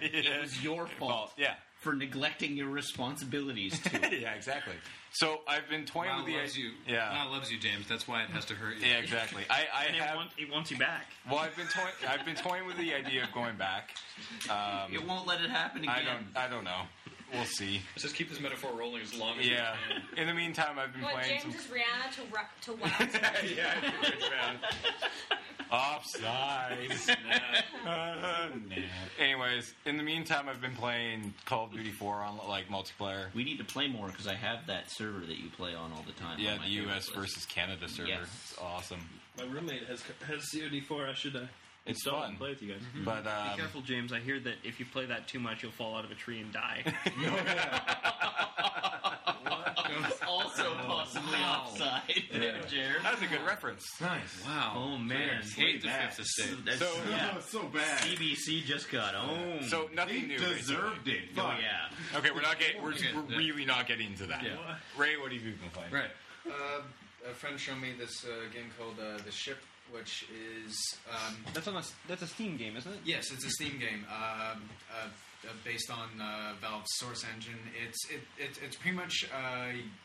[SPEAKER 3] It was your fault.
[SPEAKER 5] yeah.
[SPEAKER 3] For neglecting your responsibilities to it.
[SPEAKER 5] yeah, exactly. So I've been toying
[SPEAKER 2] Wow
[SPEAKER 5] with the
[SPEAKER 2] loves you.
[SPEAKER 5] Yeah.
[SPEAKER 2] Wow loves you, James. That's why it has to hurt you.
[SPEAKER 5] Yeah, exactly. I, I
[SPEAKER 4] And it,
[SPEAKER 5] have.
[SPEAKER 4] want, it wants you back.
[SPEAKER 5] Well, I've been toying. I've been toying with the idea of going back. Um,
[SPEAKER 3] It won't let it happen again.
[SPEAKER 5] I don't. I don't know. We'll see.
[SPEAKER 2] Let's just keep this metaphor rolling as long as
[SPEAKER 5] Yeah.
[SPEAKER 2] we can.
[SPEAKER 5] In the meantime, I've been
[SPEAKER 7] What
[SPEAKER 5] playing
[SPEAKER 7] James
[SPEAKER 5] some.
[SPEAKER 7] is Rihanna to rep, to wow.
[SPEAKER 5] yeah. it's around. Offside. Anyways, in the meantime, I've been playing Call of Duty 4 on like multiplayer.
[SPEAKER 3] We need to play more because I have that server that you play on all the time.
[SPEAKER 5] Yeah,
[SPEAKER 3] on my
[SPEAKER 5] the
[SPEAKER 3] favorite
[SPEAKER 5] U.S.
[SPEAKER 3] list.
[SPEAKER 5] versus Canada server.
[SPEAKER 3] Yes.
[SPEAKER 5] It's awesome.
[SPEAKER 8] My roommate has has COD4. I should uh,
[SPEAKER 5] It's
[SPEAKER 8] install it
[SPEAKER 5] fun,
[SPEAKER 8] and play with you guys.
[SPEAKER 5] but
[SPEAKER 4] Be
[SPEAKER 5] um,
[SPEAKER 4] careful, James. I hear that if you play that too much, you'll fall out of a tree and die.
[SPEAKER 3] Also possibly offside. Jared.
[SPEAKER 5] that's a good reference.
[SPEAKER 6] Nice.
[SPEAKER 2] Wow.
[SPEAKER 3] Oh, man.
[SPEAKER 2] Hate the
[SPEAKER 6] bad.
[SPEAKER 2] fifth estate.
[SPEAKER 3] That's,
[SPEAKER 5] So-
[SPEAKER 3] yeah.
[SPEAKER 6] Oh, so bad.
[SPEAKER 3] CBC just got owned.
[SPEAKER 5] So
[SPEAKER 6] They
[SPEAKER 5] nothing new. basically.
[SPEAKER 6] deserved it.
[SPEAKER 3] oh
[SPEAKER 6] Fuck.
[SPEAKER 3] yeah.
[SPEAKER 5] Okay, we're not getting. We're,
[SPEAKER 2] Okay,
[SPEAKER 5] we're
[SPEAKER 2] yeah.
[SPEAKER 5] really not getting into that.
[SPEAKER 2] Yeah.
[SPEAKER 5] Ray, what have you been playing?
[SPEAKER 2] Right.
[SPEAKER 9] Uh, a friend showed me this uh, game called uh, The Ship, which is um,
[SPEAKER 4] that's on a that's a Steam game, isn't it?
[SPEAKER 9] yes, it's a Steam game uh, uh, uh, based on uh, Valve's Source Engine. It's it, it it's pretty much uh,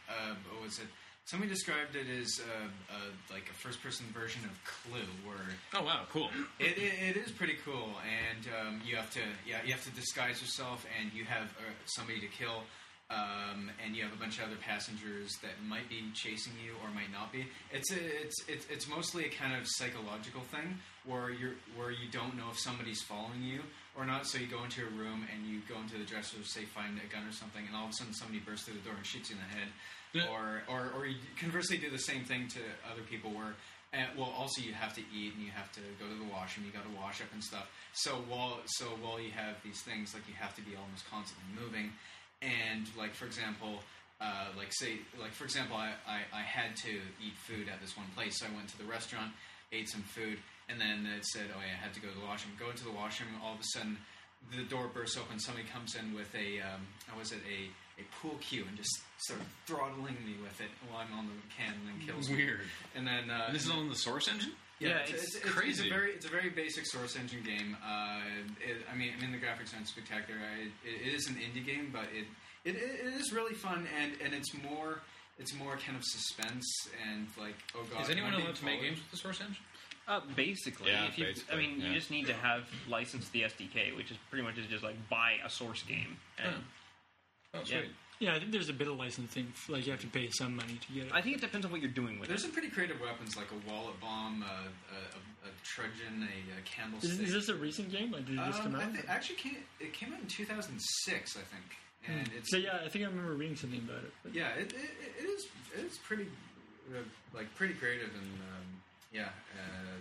[SPEAKER 9] uh, what was it? Somebody described it as uh, uh, like a first-person version of Clue, where
[SPEAKER 2] Oh wow, cool.
[SPEAKER 9] it, it, it is pretty cool, and um, you have to yeah you have to disguise yourself, and you have uh, somebody to kill, um, and you have a bunch of other passengers that might be chasing you or might not be. It's a, it's it's it's mostly a kind of psychological thing where you're where you don't know if somebody's following you or not, so you go into a room and you go into the dresser, say find a gun or something, and all of a sudden somebody bursts through the door and shoots you in the head,
[SPEAKER 2] Yeah.
[SPEAKER 9] or or or you conversely do the same thing to other people where and, well, also you have to eat and you have to go to the washroom. You got to wash up and stuff. So while so while you have these things, like you have to be almost constantly moving, and like for example, uh, like say like for example, I, I I had to eat food at this one place, so I went to the restaurant, ate some food, and then it said, oh yeah, I had to go to the washroom. Go into the washroom. All of a sudden, the door bursts open. Somebody comes in with a um, how was it a a pool cue and just sort of throttling me with it while I'm on the can and then kills me.
[SPEAKER 2] Weird.
[SPEAKER 9] And then uh,
[SPEAKER 2] And this is all in the source engine?
[SPEAKER 9] yeah,
[SPEAKER 4] Yeah,
[SPEAKER 9] it's,
[SPEAKER 4] it's
[SPEAKER 9] it's, it's,
[SPEAKER 2] crazy.
[SPEAKER 9] It's a very, it's a very basic Source Engine game. Uh, it, I mean, I mean the graphics aren't spectacular. I, it, it is an indie game, but it, it it is really fun, and and it's more it's more kind of suspense and like oh god.
[SPEAKER 2] Is anyone
[SPEAKER 9] am I being
[SPEAKER 2] allowed to make
[SPEAKER 9] followed?
[SPEAKER 2] games with the source engine?
[SPEAKER 4] Uh,
[SPEAKER 9] Oh.
[SPEAKER 4] basically,
[SPEAKER 5] Yeah,
[SPEAKER 4] if you,
[SPEAKER 5] basically,
[SPEAKER 4] I mean,
[SPEAKER 5] yeah.
[SPEAKER 4] you just need to have licensed the SDK, which is pretty much is just like buy a source game. And
[SPEAKER 2] Oh
[SPEAKER 4] Yeah.
[SPEAKER 2] sweet.
[SPEAKER 1] Yeah, I think there's a bit of licensing. Like you have to pay some money to get it.
[SPEAKER 4] I think it depends on what you're doing with
[SPEAKER 9] There's
[SPEAKER 4] it.
[SPEAKER 9] some pretty creative weapons like a wallet bomb, a, a, a, a trudgeon, a, a
[SPEAKER 1] Is,
[SPEAKER 9] candlestick.
[SPEAKER 1] is this a recent game? Like, did it just
[SPEAKER 9] Um,
[SPEAKER 1] come
[SPEAKER 9] I
[SPEAKER 1] out?
[SPEAKER 9] think, actually came, it came out in 2006, I think,
[SPEAKER 4] Hmm.
[SPEAKER 9] and it's
[SPEAKER 1] so yeah, I think I remember reading something about it. But-
[SPEAKER 9] yeah, it, it, it is it is pretty uh, like pretty creative and um, yeah uh,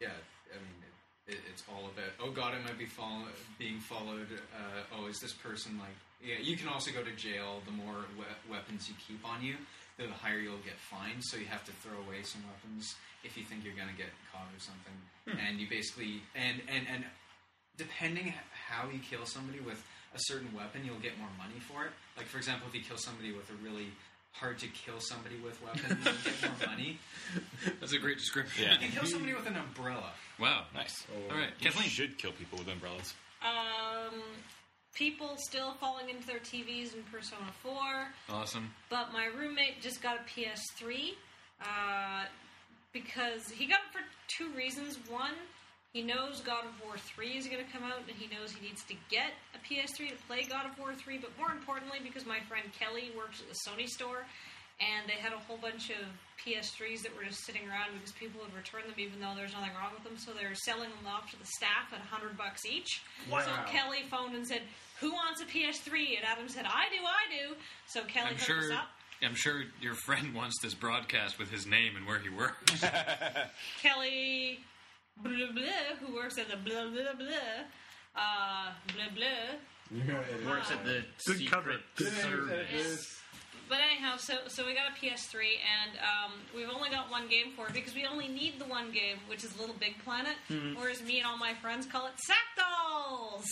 [SPEAKER 9] yeah. I mean, it, it, it's all about oh god, I might be follow- being followed. Uh, oh, is this person like? Yeah, you can also go to jail. The more we- weapons you keep on you, the higher you'll get fined. So you have to throw away some weapons if you think you're going to get caught or something. And you basically and and and depending h- how you kill somebody with a certain weapon, you'll get more money for it. Like for example, if you kill somebody with a really hard to kill somebody with weapon, you'll get more money.
[SPEAKER 2] That's a great description.
[SPEAKER 9] You
[SPEAKER 5] Yeah.
[SPEAKER 9] can kill somebody with an umbrella.
[SPEAKER 2] Wow.
[SPEAKER 5] Nice.
[SPEAKER 2] All right,
[SPEAKER 5] You
[SPEAKER 2] Kathleen.
[SPEAKER 5] should kill people with umbrellas.
[SPEAKER 7] um, people still falling into their TVs in Persona 4.
[SPEAKER 2] Awesome.
[SPEAKER 7] but my roommate just got a PS3 uh, because he got it for two reasons. One, he knows God of War 3 is going to come out, and he knows he needs to get a PS3 to play God of War 3, but more importantly, because my friend Kelly works at the Sony store, and they had a whole bunch of PS3s that were just sitting around because people would return them even though there's nothing wrong with them, so they're selling them off to the staff at 100 bucks each. So Kelly phoned and said, "Who wants a PS3?" And Adam said, "I do, I do." So Kelly
[SPEAKER 2] I'm
[SPEAKER 7] hooked us
[SPEAKER 2] sure
[SPEAKER 7] up.
[SPEAKER 2] I'm sure your friend wants this broadcast with his name and where he works.
[SPEAKER 7] Kelly, blah, blah, blah, who works at the blah blah blah, uh, blah blah.
[SPEAKER 6] Yeah, it is.
[SPEAKER 3] Works at the
[SPEAKER 1] Good
[SPEAKER 3] secret
[SPEAKER 1] cover. Good
[SPEAKER 6] Yeah,
[SPEAKER 1] cover.
[SPEAKER 6] it is.
[SPEAKER 7] But anyhow, so so we got a PS3, and um, we've only got one game for it because we only need the one game, which is Little Big Planet, whereas me and all my friends call it Sack Dolls.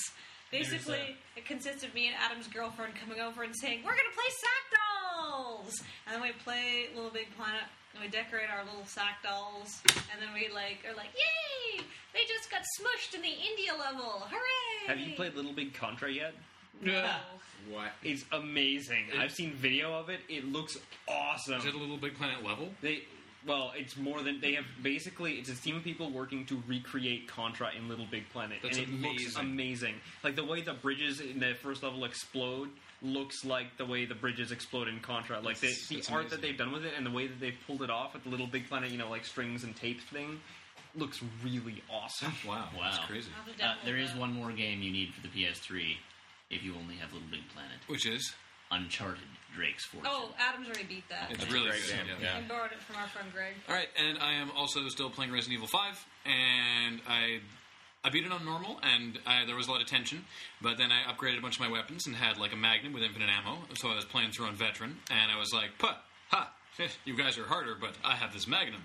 [SPEAKER 7] Basically, it consists of me and Adam's girlfriend coming over and saying, "We're gonna play Sack Dolls," and then we play Little Big Planet. And we decorate our little sack dolls, and then we like are like, "Yay! They just got smushed in the India level! Hooray!"
[SPEAKER 4] Have you played Little Big Contra yet?
[SPEAKER 7] No.
[SPEAKER 9] What?
[SPEAKER 4] It's amazing. I've seen video of it. It looks awesome.
[SPEAKER 2] Is it a little Big Planet level?
[SPEAKER 4] They well, it's more than they have. Basically, it's a team of people working to recreate Contra in Little Big Planet,
[SPEAKER 2] That's
[SPEAKER 4] and it looks
[SPEAKER 2] amazing.
[SPEAKER 4] amazing. Like the way the bridges in the first level explode looks like the way the bridges explode in Contra. Like the,
[SPEAKER 2] That's-
[SPEAKER 4] the
[SPEAKER 2] that's
[SPEAKER 4] art
[SPEAKER 2] amazing.
[SPEAKER 4] that they've done with it and the way that they've pulled it off with the Little Big Planet, you know, like strings and tapes thing, looks really awesome.
[SPEAKER 2] Wow,
[SPEAKER 3] Wow.
[SPEAKER 2] that's crazy.
[SPEAKER 7] I'll have to
[SPEAKER 3] Uh,
[SPEAKER 7] download
[SPEAKER 3] there is
[SPEAKER 7] that.
[SPEAKER 3] one more game you need for the PS3 if you only have Little Big Planet.
[SPEAKER 2] Which is
[SPEAKER 3] Uncharted Drake's Fortune.
[SPEAKER 7] Oh, Adam's already beat that.
[SPEAKER 2] it's really
[SPEAKER 5] Great
[SPEAKER 2] good.
[SPEAKER 5] game,
[SPEAKER 2] yeah.
[SPEAKER 5] yeah.
[SPEAKER 7] I borrowed it from our friend Greg.
[SPEAKER 2] All right, and I am also still playing Resident Evil Five, and I I beat it on normal, and I, there was a lot of tension. But then I upgraded a bunch of my weapons and had like a magnum with infinite ammo, so I was playing through on veteran, and I was like, "Puh, ha! you guys are harder, but I have this magnum."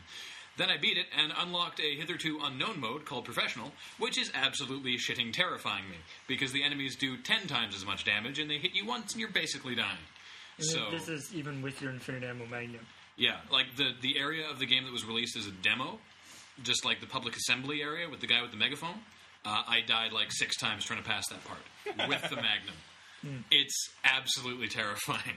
[SPEAKER 2] Then I beat it and unlocked a hitherto unknown mode called Professional, which is absolutely shitting terrifying me because the enemies do ten times as much damage and they hit you once and you're basically dying. So
[SPEAKER 1] This is even with your infinite ammo magnum.
[SPEAKER 2] yeah, like the the area of the game that was released as a demo, just like the public assembly area with the guy with the megaphone. Uh, I died like six times trying to pass that part with the Magnum.
[SPEAKER 4] Hmm.
[SPEAKER 2] It's absolutely terrifying.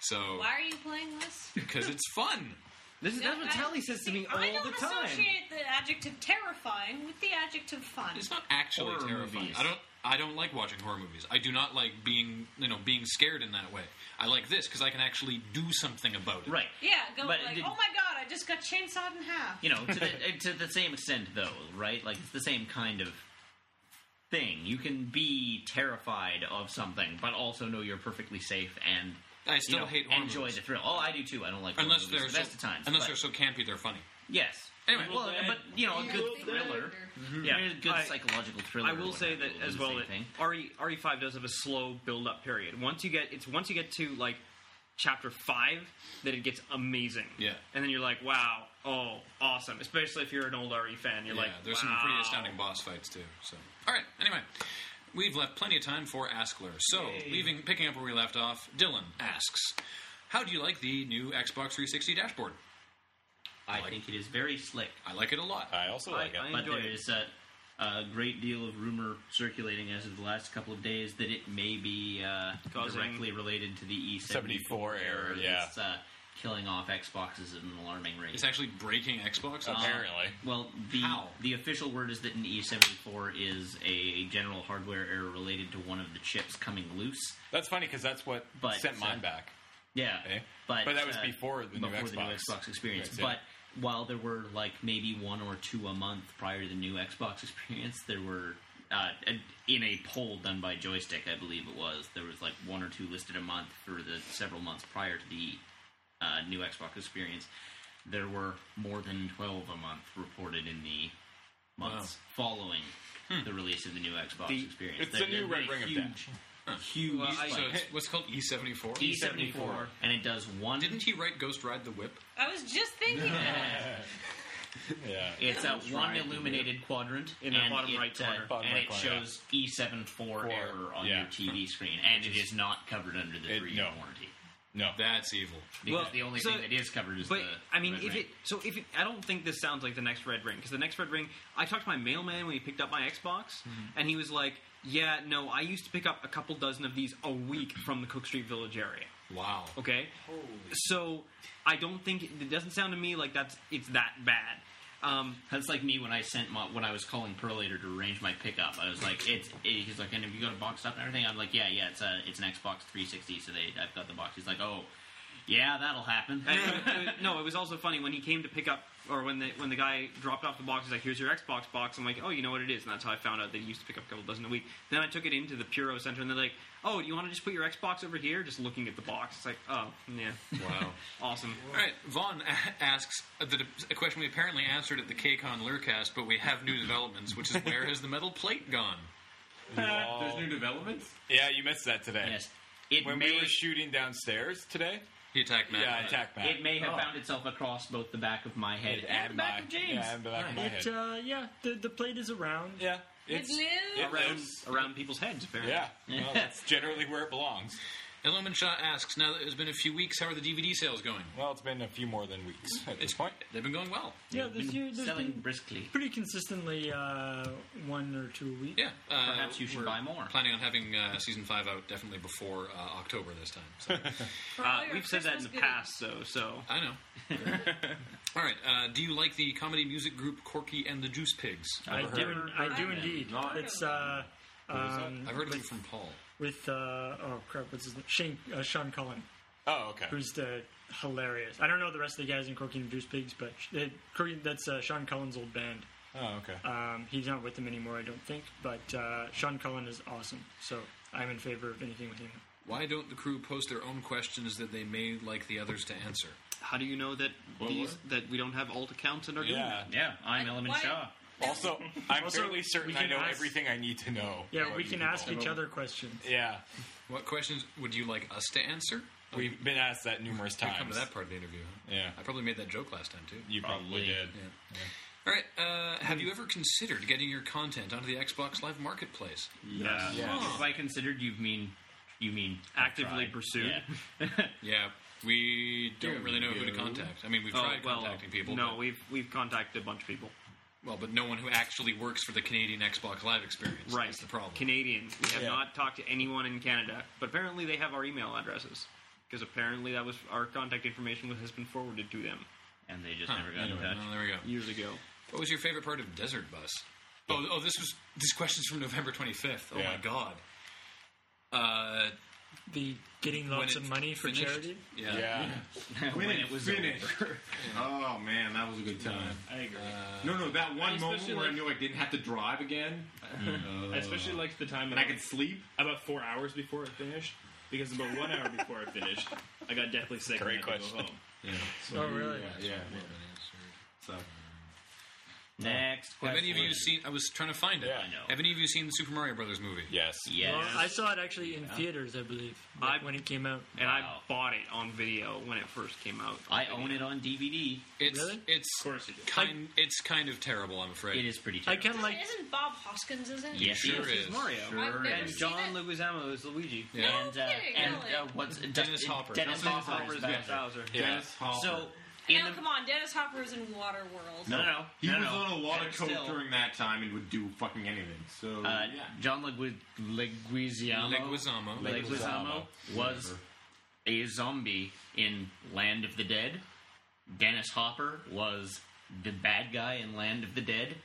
[SPEAKER 2] So
[SPEAKER 7] Why are you playing this?
[SPEAKER 2] because it's fun.
[SPEAKER 4] This is that's what
[SPEAKER 7] I-
[SPEAKER 4] Tally says to
[SPEAKER 7] see,
[SPEAKER 4] me all
[SPEAKER 7] I don't
[SPEAKER 4] the time.
[SPEAKER 7] associate the adjective terrifying with the adjective fun.
[SPEAKER 2] It's not actually
[SPEAKER 3] Horror
[SPEAKER 2] terrifying.
[SPEAKER 3] movies.
[SPEAKER 2] I don't. I don't like watching horror movies. I do not like being, you know, being scared in that way. I like this because I can actually do something about it.
[SPEAKER 3] right.
[SPEAKER 7] Yeah, go
[SPEAKER 3] But
[SPEAKER 7] like,
[SPEAKER 3] did-
[SPEAKER 7] oh my god, I just got chainsawed in half.
[SPEAKER 3] You know, to the, uh, to the same extent, though, right? Like, it's the same kind of thing. You can be terrified of something, but also know you're perfectly safe and
[SPEAKER 2] I still
[SPEAKER 3] you know,
[SPEAKER 2] hate horror
[SPEAKER 3] enjoy
[SPEAKER 2] movies.
[SPEAKER 3] the thrill. Oh, I do too. I don't like horror
[SPEAKER 2] Unless
[SPEAKER 3] movies
[SPEAKER 2] they're
[SPEAKER 3] the best
[SPEAKER 2] so,
[SPEAKER 3] of times.
[SPEAKER 2] unless
[SPEAKER 3] but-
[SPEAKER 2] they're so campy, they're funny.
[SPEAKER 3] yes.
[SPEAKER 2] Anyway,
[SPEAKER 3] well, but you know, a good
[SPEAKER 7] Big
[SPEAKER 3] thriller.
[SPEAKER 7] Brother.
[SPEAKER 4] Yeah.
[SPEAKER 3] a good
[SPEAKER 4] I-
[SPEAKER 3] psychological thriller.
[SPEAKER 4] I
[SPEAKER 3] or
[SPEAKER 4] will say
[SPEAKER 3] whatever
[SPEAKER 4] that
[SPEAKER 3] will do
[SPEAKER 4] as
[SPEAKER 3] the
[SPEAKER 4] well.
[SPEAKER 3] same
[SPEAKER 4] That
[SPEAKER 3] thing.
[SPEAKER 4] RE RE E five does have a slow build up period. Once you get it's once you get to like chapter five, that it gets amazing.
[SPEAKER 2] Yeah.
[SPEAKER 4] and then you're like, wow, oh, awesome. Especially if you're an old RE fan, you're
[SPEAKER 2] Yeah,
[SPEAKER 4] like,
[SPEAKER 2] there's some pretty
[SPEAKER 4] wow.
[SPEAKER 2] astounding boss fights too. So, all right. Anyway, we've left plenty of time for Askler. So, leaving, picking up where we left off, Dylan asks, "How do you like the new Xbox 360 dashboard?
[SPEAKER 3] I think it is very slick.
[SPEAKER 2] I like it a lot.
[SPEAKER 5] I also like
[SPEAKER 4] I
[SPEAKER 5] it.
[SPEAKER 3] But
[SPEAKER 4] enjoy
[SPEAKER 3] there
[SPEAKER 4] it.
[SPEAKER 3] is a, a great deal of rumor circulating as of the last couple of days that it may be uh,
[SPEAKER 4] Causing-
[SPEAKER 3] directly related to the E74
[SPEAKER 5] 74 error, yeah.
[SPEAKER 3] that's uh, killing off Xboxes at an alarming Uh, rate.
[SPEAKER 2] It's actually breaking Xbox.
[SPEAKER 5] Apparently,
[SPEAKER 3] Well, the
[SPEAKER 2] How?
[SPEAKER 3] the official word is that an E74 is a general hardware error related to one of the chips coming loose.
[SPEAKER 5] that's funny because that's what
[SPEAKER 3] But,
[SPEAKER 5] sent mine
[SPEAKER 3] uh,
[SPEAKER 5] back.
[SPEAKER 3] Yeah,
[SPEAKER 5] Eh?
[SPEAKER 3] but uh,
[SPEAKER 5] But that was before the new
[SPEAKER 3] before the new
[SPEAKER 5] Xbox.
[SPEAKER 3] Xbox experience.
[SPEAKER 5] Yes, yeah.
[SPEAKER 3] But while there were like maybe one or two a month prior to the new Xbox experience, there were uh, in a poll done by Joystick, I believe it was, there was like one or two listed a month for the several months prior to the uh, new Xbox experience. There were more than twelve a month reported in the months following the release of the new Xbox experience.
[SPEAKER 5] It's
[SPEAKER 3] There-
[SPEAKER 5] Hmm. the new
[SPEAKER 3] there
[SPEAKER 5] Red
[SPEAKER 3] were
[SPEAKER 5] Ring E of
[SPEAKER 3] huge-
[SPEAKER 5] Death.
[SPEAKER 3] Huge,
[SPEAKER 2] So
[SPEAKER 3] spike.
[SPEAKER 2] it's- what's it called E E74.
[SPEAKER 3] E74, and it does one.
[SPEAKER 2] Didn't he write Ghost Ride the Whip?
[SPEAKER 7] I was just thinking that.
[SPEAKER 5] Yeah,
[SPEAKER 3] It's a one illuminated quadrant
[SPEAKER 4] In the
[SPEAKER 3] and
[SPEAKER 4] bottom
[SPEAKER 3] it,
[SPEAKER 4] right corner.
[SPEAKER 3] uh,
[SPEAKER 5] Bottom
[SPEAKER 3] and
[SPEAKER 5] right
[SPEAKER 3] it
[SPEAKER 5] corner,
[SPEAKER 3] shows E74 error on
[SPEAKER 5] yeah.
[SPEAKER 3] your TV screen, and it is not covered under the
[SPEAKER 5] It-
[SPEAKER 3] three-year
[SPEAKER 5] no.
[SPEAKER 3] warranty
[SPEAKER 5] no,
[SPEAKER 2] That's evil.
[SPEAKER 3] because
[SPEAKER 4] Well,
[SPEAKER 3] the only
[SPEAKER 4] so-
[SPEAKER 3] thing that is covered is
[SPEAKER 4] But
[SPEAKER 3] the.
[SPEAKER 4] I mean,
[SPEAKER 3] red
[SPEAKER 4] if
[SPEAKER 3] ring.
[SPEAKER 4] it so if it, I don't think this sounds like the next Red Ring because the next Red Ring, I talked to my mailman when he picked up my Xbox, and he was like, "Yeah, no, I used to pick up a couple dozen of these a week from the Cook Street Village area."
[SPEAKER 2] Wow.
[SPEAKER 4] Okay. So I don't think it doesn't sound to me like that's it's that bad. Um,
[SPEAKER 3] that's like me when I sent my, when I was calling Pearl later to arrange my pickup. I was like, "It's." It, he's like, "And have you got a box up and everything?" I'm like, "Yeah, yeah. It's a it's an Xbox 360, so they I've got the box." He's like, "Oh, yeah, that'll happen."
[SPEAKER 4] and it- it- no, it was also funny when he came to pick up, or when the when the guy dropped off the box. He's like, "Here's your Xbox box." I'm like, "Oh, you know what it is." And that's how I found out they used to pick up a couple dozen a week. Then I took it into the Puro Center, and they're like, "Oh, do you want to just put your Xbox over here?" Just looking at the box, it's like, "Oh, yeah,
[SPEAKER 2] Wow.
[SPEAKER 4] awesome."
[SPEAKER 2] All right, Vaughn a- asks uh, the, a question we apparently answered at the KCON Lurcast, but we have new developments, which is where has the metal plate gone?
[SPEAKER 6] There's new developments.
[SPEAKER 5] yeah. You missed that today.
[SPEAKER 3] yes, It
[SPEAKER 5] when
[SPEAKER 3] may
[SPEAKER 5] we were shooting downstairs today.
[SPEAKER 2] He attacked Matt.
[SPEAKER 5] yeah, attack Matt. Oh.
[SPEAKER 3] it may
[SPEAKER 2] Oh.
[SPEAKER 3] have found itself across both the back of my head and, the back
[SPEAKER 5] my-
[SPEAKER 3] of James.
[SPEAKER 5] Yeah, and the back of my
[SPEAKER 1] It,
[SPEAKER 5] head.
[SPEAKER 1] uh, yeah, the, the plate is around.
[SPEAKER 5] Yeah,
[SPEAKER 7] It
[SPEAKER 5] it's
[SPEAKER 7] lives.
[SPEAKER 5] it
[SPEAKER 4] around
[SPEAKER 5] lives.
[SPEAKER 4] around people's heads. Apparently,
[SPEAKER 5] Yeah, well, that's generally where it belongs.
[SPEAKER 2] Element Shot asks, now that it's been a few weeks, how are the DVD sales going?
[SPEAKER 5] Well, it's been a few more than weeks at this point.
[SPEAKER 2] They've been going well.
[SPEAKER 1] Yeah, there's, you- there's
[SPEAKER 3] Selling
[SPEAKER 1] been
[SPEAKER 3] briskly.
[SPEAKER 1] pretty consistently uh, one or two a week.
[SPEAKER 2] Yeah. Uh,
[SPEAKER 3] Perhaps you should
[SPEAKER 2] we're
[SPEAKER 3] buy more.
[SPEAKER 2] Planning on having uh, season five out definitely before uh, October this time. So,
[SPEAKER 7] For
[SPEAKER 4] uh,
[SPEAKER 7] all your
[SPEAKER 4] we've said that in the
[SPEAKER 7] Christmas
[SPEAKER 4] past, though. So
[SPEAKER 2] I know. All right. Uh, do you like the comedy music group Corky and the Juice Pigs?
[SPEAKER 1] I do, I do
[SPEAKER 7] I've
[SPEAKER 1] indeed.
[SPEAKER 7] heard of
[SPEAKER 1] It's uh, um,
[SPEAKER 2] I've heard of them from Paul.
[SPEAKER 1] with uh, oh crap, what's his name? Shane, uh, Sean Cullen,
[SPEAKER 5] Oh, okay.
[SPEAKER 1] who's the hilarious. I don't know the rest of the guys in Corky and the Juice Pigs, but sh- it, Corky, that's uh, Sean Cullen's old band.
[SPEAKER 5] Oh, okay.
[SPEAKER 1] Um, he's not with them anymore, I don't think. But uh, Sean Cullen is awesome, so I'm in favor of anything with him.
[SPEAKER 2] Why don't the crew post their own questions that they may like the others to answer?
[SPEAKER 4] how do you know that these that we don't have alt accounts in our game?
[SPEAKER 5] yeah.
[SPEAKER 3] Yeah, I'm Element
[SPEAKER 7] why-
[SPEAKER 3] Shaw.
[SPEAKER 5] Also, I'm fairly
[SPEAKER 1] we
[SPEAKER 5] certain I
[SPEAKER 1] can
[SPEAKER 5] know
[SPEAKER 1] ask-
[SPEAKER 5] everything I need to know.
[SPEAKER 1] Yeah,
[SPEAKER 5] about
[SPEAKER 1] we
[SPEAKER 5] you
[SPEAKER 1] can
[SPEAKER 5] people.
[SPEAKER 1] ask each other questions.
[SPEAKER 5] Yeah,
[SPEAKER 2] What questions would you like us to answer?
[SPEAKER 5] we've been asked that numerous
[SPEAKER 2] We'll come
[SPEAKER 5] times.
[SPEAKER 2] to that part of the interview. huh?
[SPEAKER 5] Yeah.
[SPEAKER 2] I probably made that joke last time too.
[SPEAKER 5] You probably
[SPEAKER 3] Probably.
[SPEAKER 5] did.
[SPEAKER 2] All right. Uh, have you ever considered getting your content onto the Xbox Live Marketplace?
[SPEAKER 3] Yeah.
[SPEAKER 5] Yes.
[SPEAKER 3] If I considered you mean you mean
[SPEAKER 4] Actively
[SPEAKER 3] tried.
[SPEAKER 4] pursued.
[SPEAKER 3] Yeah.
[SPEAKER 2] Yeah, we don't really know who to contact. I mean, we've
[SPEAKER 4] Oh
[SPEAKER 2] tried
[SPEAKER 4] well,
[SPEAKER 2] contacting people.
[SPEAKER 4] No,
[SPEAKER 2] but-
[SPEAKER 4] we've we've contacted a bunch of people.
[SPEAKER 2] Well, but no one who actually works for the Canadian Xbox Live experience.
[SPEAKER 4] Right,
[SPEAKER 2] That's the problem.
[SPEAKER 4] Canadians. We have
[SPEAKER 5] Yeah.
[SPEAKER 4] not talked to anyone in Canada, but apparently they have our email addresses because apparently that was our contact information was- has been forwarded to them
[SPEAKER 3] And they just
[SPEAKER 2] Huh,
[SPEAKER 3] never got
[SPEAKER 2] anyway,
[SPEAKER 3] in touch.
[SPEAKER 2] well, there we go.
[SPEAKER 4] years ago.
[SPEAKER 2] What was your favorite part of Desert Bus? Oh, oh, this was this question's from November 25th. Oh my
[SPEAKER 5] Yeah.
[SPEAKER 2] god. Uh,
[SPEAKER 1] The getting
[SPEAKER 2] when
[SPEAKER 1] lots
[SPEAKER 2] it
[SPEAKER 1] of money for
[SPEAKER 2] finished-
[SPEAKER 1] charity.
[SPEAKER 2] Yeah.
[SPEAKER 5] Yeah.
[SPEAKER 3] when it was
[SPEAKER 6] finished. oh man, that was a good time.
[SPEAKER 8] I agree.
[SPEAKER 6] No, no, that one
[SPEAKER 8] I
[SPEAKER 6] moment
[SPEAKER 8] especially
[SPEAKER 6] where I
[SPEAKER 8] like-
[SPEAKER 6] knew I didn't have to drive again,
[SPEAKER 2] Uh,
[SPEAKER 8] I especially liked the time
[SPEAKER 6] and I could sleep.
[SPEAKER 8] about four hours before it finished, because about one hour before it finished, I got deathly sick.
[SPEAKER 5] Great
[SPEAKER 8] and had to
[SPEAKER 5] question.
[SPEAKER 8] Go home.
[SPEAKER 6] Yeah.
[SPEAKER 1] Oh, really?
[SPEAKER 6] Yeah. So
[SPEAKER 3] Next
[SPEAKER 2] Have
[SPEAKER 3] question.
[SPEAKER 2] any of you seen? I was trying to find it.
[SPEAKER 5] Yeah.
[SPEAKER 3] I know.
[SPEAKER 2] Have any of you seen the Super Mario Brothers movie?
[SPEAKER 5] Yes.
[SPEAKER 3] Yes.
[SPEAKER 1] Well, I saw it actually in theaters, I believe, like,
[SPEAKER 4] I-
[SPEAKER 1] when it came out.
[SPEAKER 4] And
[SPEAKER 3] Wow.
[SPEAKER 4] I bought it on video when it first came out.
[SPEAKER 3] I own it on DVD.
[SPEAKER 2] It's
[SPEAKER 1] Really?
[SPEAKER 2] it's
[SPEAKER 8] Of course you did.
[SPEAKER 2] kind it's kind of terrible. I'm afraid.
[SPEAKER 3] It is pretty
[SPEAKER 1] I
[SPEAKER 3] terrible.
[SPEAKER 1] kind of like.
[SPEAKER 7] Isn't Bob Hoskins? Isn't
[SPEAKER 3] Yes,
[SPEAKER 2] Sure
[SPEAKER 3] it is.
[SPEAKER 2] is.
[SPEAKER 4] Mario.
[SPEAKER 7] I've never
[SPEAKER 4] And
[SPEAKER 7] seen
[SPEAKER 4] John
[SPEAKER 7] it.
[SPEAKER 4] Leguizamo is Luigi.
[SPEAKER 2] Yeah.
[SPEAKER 3] And, uh,
[SPEAKER 7] kidding,
[SPEAKER 3] and
[SPEAKER 7] really.
[SPEAKER 3] uh, what's
[SPEAKER 2] Dennis Hopper.
[SPEAKER 3] Dennis
[SPEAKER 2] Dennis
[SPEAKER 3] Hopper is Bowser.
[SPEAKER 4] Bowser.
[SPEAKER 6] Dennis Hopper.
[SPEAKER 3] So
[SPEAKER 7] Now,
[SPEAKER 3] in the
[SPEAKER 7] come on, Dennis Hopper is in Waterworld.
[SPEAKER 3] no, no, no,
[SPEAKER 6] he
[SPEAKER 3] no,
[SPEAKER 6] was
[SPEAKER 3] no.
[SPEAKER 6] on a lot
[SPEAKER 3] Better
[SPEAKER 6] of coke
[SPEAKER 3] still,
[SPEAKER 6] during that time and would do fucking anything. So
[SPEAKER 3] Uh,
[SPEAKER 6] yeah.
[SPEAKER 3] John Legui- Leguizamo.
[SPEAKER 2] Leguizamo.
[SPEAKER 3] Leguizamo was a zombie in Land of the Dead. Dennis Hopper was the bad guy in Land of the Dead.